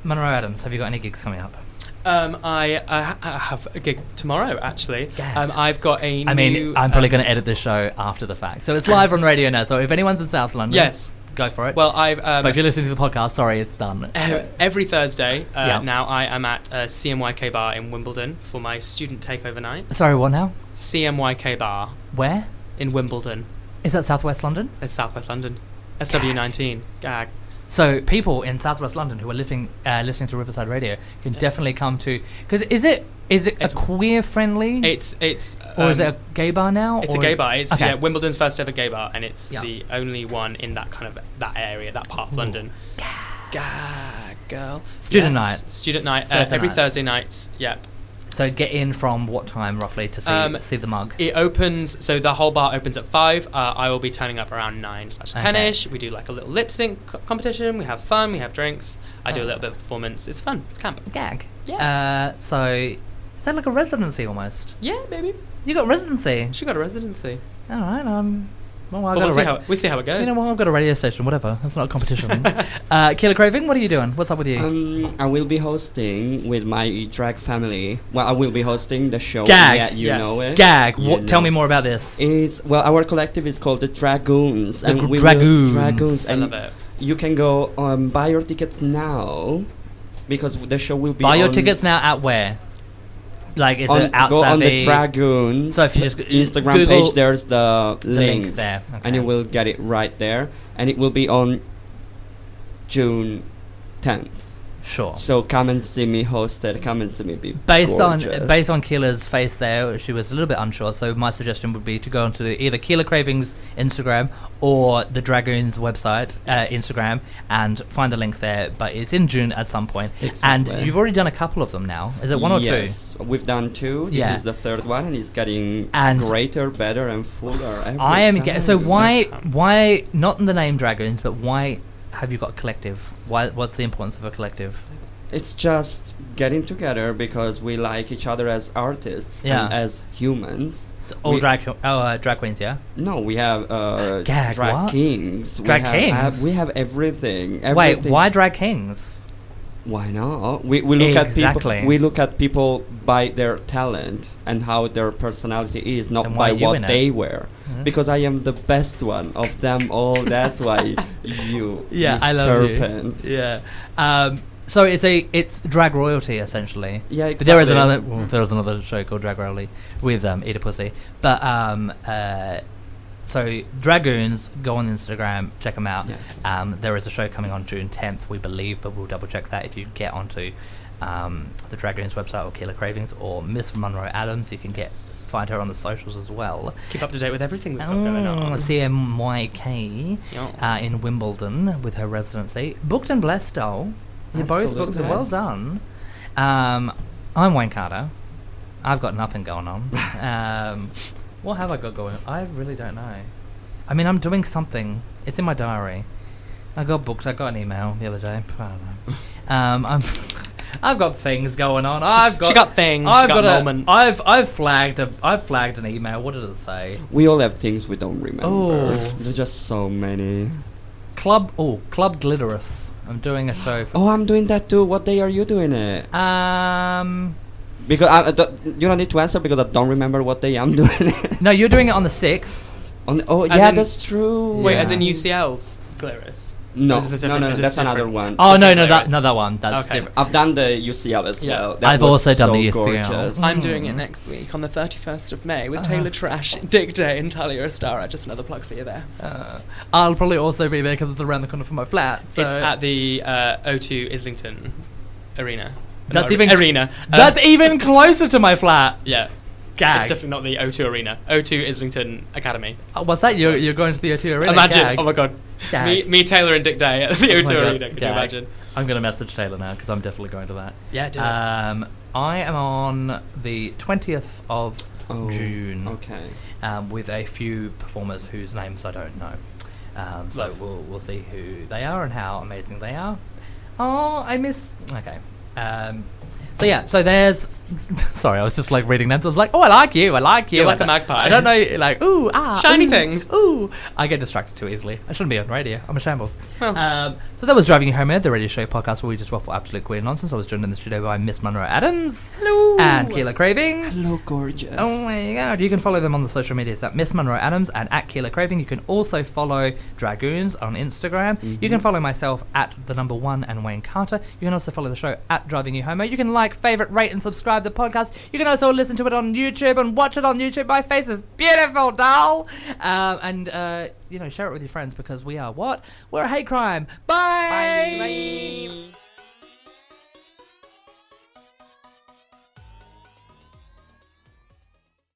Speaker 1: Monroe Adams, have you got any gigs coming up?
Speaker 2: Um, I, uh, I have a gig tomorrow actually.
Speaker 1: Gad.
Speaker 2: Um, I've got a
Speaker 1: I mean,
Speaker 2: new,
Speaker 1: I'm probably
Speaker 2: um,
Speaker 1: going to edit this show after the fact, so it's live on radio now. So if anyone's in South London,
Speaker 2: Yes.
Speaker 1: go for it.
Speaker 2: Well, I've um,
Speaker 1: but if you're listening to the podcast, sorry, it's done.
Speaker 2: Uh, every Thursday uh,
Speaker 1: Yeah.
Speaker 2: now I am at uh, CMYK Bar in Wimbledon for my student takeover night.
Speaker 1: sorry, what now?
Speaker 2: CMYK Bar
Speaker 1: Where
Speaker 2: in Wimbledon.
Speaker 1: is that? Southwest London.
Speaker 2: It's Southwest London. SW19. Gag.
Speaker 1: So people in Southwest London who are living, uh, listening to Riverside Radio can definitely come to. Because is it is it
Speaker 2: It's-
Speaker 1: a queer friendly?
Speaker 2: It's it's
Speaker 1: or is it
Speaker 2: um,
Speaker 1: a gay bar now?
Speaker 2: It's a
Speaker 1: or-
Speaker 2: gay bar. It's
Speaker 1: okay.
Speaker 2: yeah, Wimbledon's first ever gay bar, and it's
Speaker 1: Yeah.
Speaker 2: the only one in that kind of that area, that part of London. Gag, girl.
Speaker 1: Student
Speaker 2: Yes.
Speaker 1: night.
Speaker 2: Student night. Uh,
Speaker 1: Thursday
Speaker 2: every
Speaker 1: nights.
Speaker 2: Thursday nights. Yep.
Speaker 1: So get in from what time roughly to see
Speaker 2: Um,
Speaker 1: see the mug?
Speaker 2: It opens, so the whole bar opens at five. Uh, I will be turning up around nine slash
Speaker 1: Okay.
Speaker 2: ten-ish. We do like a little lip sync co- competition. We have fun. We have drinks. I do a
Speaker 1: Oh.
Speaker 2: little bit of performance. It's fun. It's camp.
Speaker 1: Gag.
Speaker 2: Yeah.
Speaker 1: Uh, so is that like a residency almost?
Speaker 2: Yeah, baby.
Speaker 1: You got residency.
Speaker 2: She got a residency.
Speaker 1: All right. Um. Well, I
Speaker 2: But we'll
Speaker 1: got
Speaker 2: see
Speaker 1: a
Speaker 2: how
Speaker 1: ra-
Speaker 2: we see how it goes.
Speaker 1: you know what? I've got a radio station. Whatever. That's not a competition. uh, Killer Craving. What are you doing? What's up with you?
Speaker 3: Um, I will be hosting with my drag family. Well, I will be hosting the show.
Speaker 1: Gag.
Speaker 3: Yeah, you
Speaker 2: Yes.
Speaker 3: know it.
Speaker 1: Gag.
Speaker 3: You
Speaker 1: What, tell
Speaker 3: know.
Speaker 1: me more about this.
Speaker 3: It's well, our collective is called the Dragoons,
Speaker 1: The
Speaker 3: and
Speaker 1: gr-
Speaker 3: we will-
Speaker 1: Dragoons.
Speaker 3: Dragoons,
Speaker 2: I
Speaker 3: and
Speaker 2: love it.
Speaker 3: you can go um, buy your tickets now because the show will be.
Speaker 1: Buy your
Speaker 3: on-
Speaker 1: tickets now at where? Like, is
Speaker 3: on-
Speaker 1: it out
Speaker 3: go on
Speaker 1: Savvy?
Speaker 3: the Dragoons.
Speaker 1: So if you just go-
Speaker 3: Instagram
Speaker 1: Google
Speaker 3: page, there's the link,
Speaker 1: link there,
Speaker 3: and you
Speaker 1: okay.
Speaker 3: will get it right there, and it will be on June 10th.
Speaker 1: Sure.
Speaker 3: So come and see me hosted. Come and see me be
Speaker 1: Based on
Speaker 3: gorgeous.
Speaker 1: based on Keela's face there, she was a little bit unsure. So my suggestion would be to go onto either Keela Cravings Instagram or the Dragoons website
Speaker 2: Yes.
Speaker 1: uh, Instagram and find the link there. But it's in June at some point, and
Speaker 3: Exactly.
Speaker 1: you've already done a couple of them now. Is it one or two?
Speaker 3: yes, We've done two. This
Speaker 1: Yeah.
Speaker 3: is the third one, and it's getting
Speaker 1: And-
Speaker 3: greater, better, and fuller. Every
Speaker 1: I am.
Speaker 3: time.
Speaker 1: Get, so why
Speaker 2: um,
Speaker 1: why not in the name Dragoons, but why have you got a collective? Why what's the importance of a collective?
Speaker 3: It's just getting together because we like each other as artists and
Speaker 1: Yeah.
Speaker 3: as humans.
Speaker 1: It's all
Speaker 3: We-
Speaker 1: drag oh, uh, drag queens, yeah.
Speaker 3: No, we have uh,
Speaker 1: Gag,
Speaker 3: drag
Speaker 1: what?
Speaker 3: kings.
Speaker 1: Drag
Speaker 3: we have,
Speaker 1: kings?
Speaker 3: Have, we have everything,
Speaker 1: Wait,
Speaker 3: everything.
Speaker 1: why drag kings?
Speaker 3: Why not? We, we look at
Speaker 1: Exactly.
Speaker 3: people. We look at people by their talent and how their personality is, not
Speaker 1: Then why
Speaker 3: by
Speaker 1: are you in
Speaker 3: what
Speaker 1: it? Mm-hmm.
Speaker 3: they wear.
Speaker 1: Yeah.
Speaker 3: Because I am the best one of them all. That's why you,
Speaker 1: Yeah,
Speaker 3: you
Speaker 1: I love
Speaker 3: serpent.
Speaker 1: you. Yeah. Um, so it's a it's drag royalty essentially.
Speaker 3: Yeah,
Speaker 1: But there is
Speaker 3: exactly.
Speaker 1: another well, there is another show called Drag Royalty with um, Eat a Pussy. But um, uh, so dragoons go on Instagram, check them out.
Speaker 3: Yes.
Speaker 1: Um, there is a show coming on June 10th, we believe, but we'll double check that if you get onto um, the Dragoons website or Killer Cravings or Miss Monroe Adams. You can get find her on the socials as well.
Speaker 2: Keep up to date with everything we've got going
Speaker 1: Mm,
Speaker 2: on.
Speaker 1: CMYK
Speaker 2: Yeah.
Speaker 1: uh, in Wimbledon with her residency. Booked and blessed, doll. You both booked
Speaker 3: Absolutely.
Speaker 1: and well done. Um, I'm Wayne Carter. I've got nothing going on. um, what have I got going? I really don't know. I mean, I'm doing something. It's in my diary. I got booked. I got an email the other day. I don't know. Um, I'm. I've got things going on. I've got.
Speaker 2: She got things, she
Speaker 1: I've
Speaker 2: got
Speaker 1: a-
Speaker 2: moments.
Speaker 1: I've I've flagged a. I've flagged an email. What did it say?
Speaker 3: We all have things we don't remember.
Speaker 1: Oh.
Speaker 3: There's just so many.
Speaker 1: Club. Oh, Club Glitterous. I'm doing a show for.
Speaker 3: Oh, I'm doing that too. What day are you doing it?
Speaker 1: Um.
Speaker 3: Because I, I don't- you don't need to answer because I don't remember what day I'm doing it.
Speaker 1: No, you're doing it on the sixth.
Speaker 3: On, oh,
Speaker 2: As
Speaker 3: yeah,
Speaker 2: in-
Speaker 3: that's true.
Speaker 2: Wait,
Speaker 1: Yeah.
Speaker 2: as in UCL's Glarus?
Speaker 3: No,
Speaker 2: Or is this a
Speaker 3: no,
Speaker 2: different-
Speaker 3: no, no,
Speaker 2: is this
Speaker 3: that's
Speaker 2: different?
Speaker 3: another one.
Speaker 1: Oh no,
Speaker 2: Different
Speaker 1: no, that
Speaker 2: layers.
Speaker 1: no, that one. That's
Speaker 2: Okay.
Speaker 1: different.
Speaker 3: I've done the UCL as
Speaker 2: Yeah.
Speaker 3: well. That
Speaker 1: I've
Speaker 3: was
Speaker 1: also done
Speaker 3: so
Speaker 1: the UCL.
Speaker 3: gorgeous.
Speaker 1: I'm
Speaker 2: I'm
Speaker 1: doing
Speaker 2: doing
Speaker 1: Mm.
Speaker 2: it next week on the 31st of May with Taylor
Speaker 1: Ah.
Speaker 2: Trash, Dick Day, and Talia Astara. Just another plug for you there.
Speaker 1: Uh, I'll probably also be there because it's around the corner from my flat. So
Speaker 2: it's at the uh, O2 Islington Arena.
Speaker 1: That's
Speaker 2: ar-
Speaker 1: even
Speaker 2: arena. Um,
Speaker 1: That's even closer to my flat.
Speaker 2: yeah.
Speaker 1: Gag.
Speaker 2: It's definitely not the O2 Arena. O2 Islington Academy.
Speaker 1: Oh, what's that? You're, you're going to the O2 Arena?
Speaker 2: imagine.
Speaker 1: Gag.
Speaker 2: Oh my god.
Speaker 1: Gag.
Speaker 2: Me, me, Taylor, and Dick Day at the
Speaker 1: Oh my
Speaker 2: O2
Speaker 1: God,
Speaker 2: Arena. Can you
Speaker 1: gag.
Speaker 2: imagine?
Speaker 1: I'm going to message Taylor now because I'm definitely going to that.
Speaker 2: Yeah, do it.
Speaker 1: Um, I am on the 20th of
Speaker 3: Oh,
Speaker 1: June.
Speaker 3: Okay.
Speaker 1: um, with a few performers whose names I don't know. Um, so
Speaker 2: Love.
Speaker 1: we'll we'll see who they are and how amazing they are. Oh, I miss. Okay. Um, so yeah, so there's. Sorry, I was just like reading names. I was like, oh, I like you. I like you.
Speaker 2: You're
Speaker 1: I
Speaker 2: like a
Speaker 1: don't-
Speaker 2: magpie.
Speaker 1: I don't know. Like, ooh, ah,
Speaker 2: Shiny
Speaker 1: ooh,
Speaker 2: things.
Speaker 1: Ooh, I get distracted too easily. I shouldn't be on radio. I'm a shambles.
Speaker 2: Well.
Speaker 1: Um, so that was driving you home, Ed, the radio show podcast where we just waffle absolute queer nonsense. I was joined in the studio by Miss Monroe Adams.
Speaker 2: Hello.
Speaker 1: And Keela Craving.
Speaker 3: Hello, gorgeous.
Speaker 1: Oh my god. You can follow them on the social medias at Miss Monroe Adams and at Keeler Craving. You can also follow Dragoons on Instagram. You can follow myself at the number one and Wayne Carter. You can also follow the show at Driving You Homo. You can like, favorite, rate, and subscribe the podcast. You can also listen to it on YouTube and watch it on YouTube. My face is beautiful, doll. Um, and uh, you know, share it with your friends because we are what? We're a hate crime. Bye.
Speaker 2: Bye.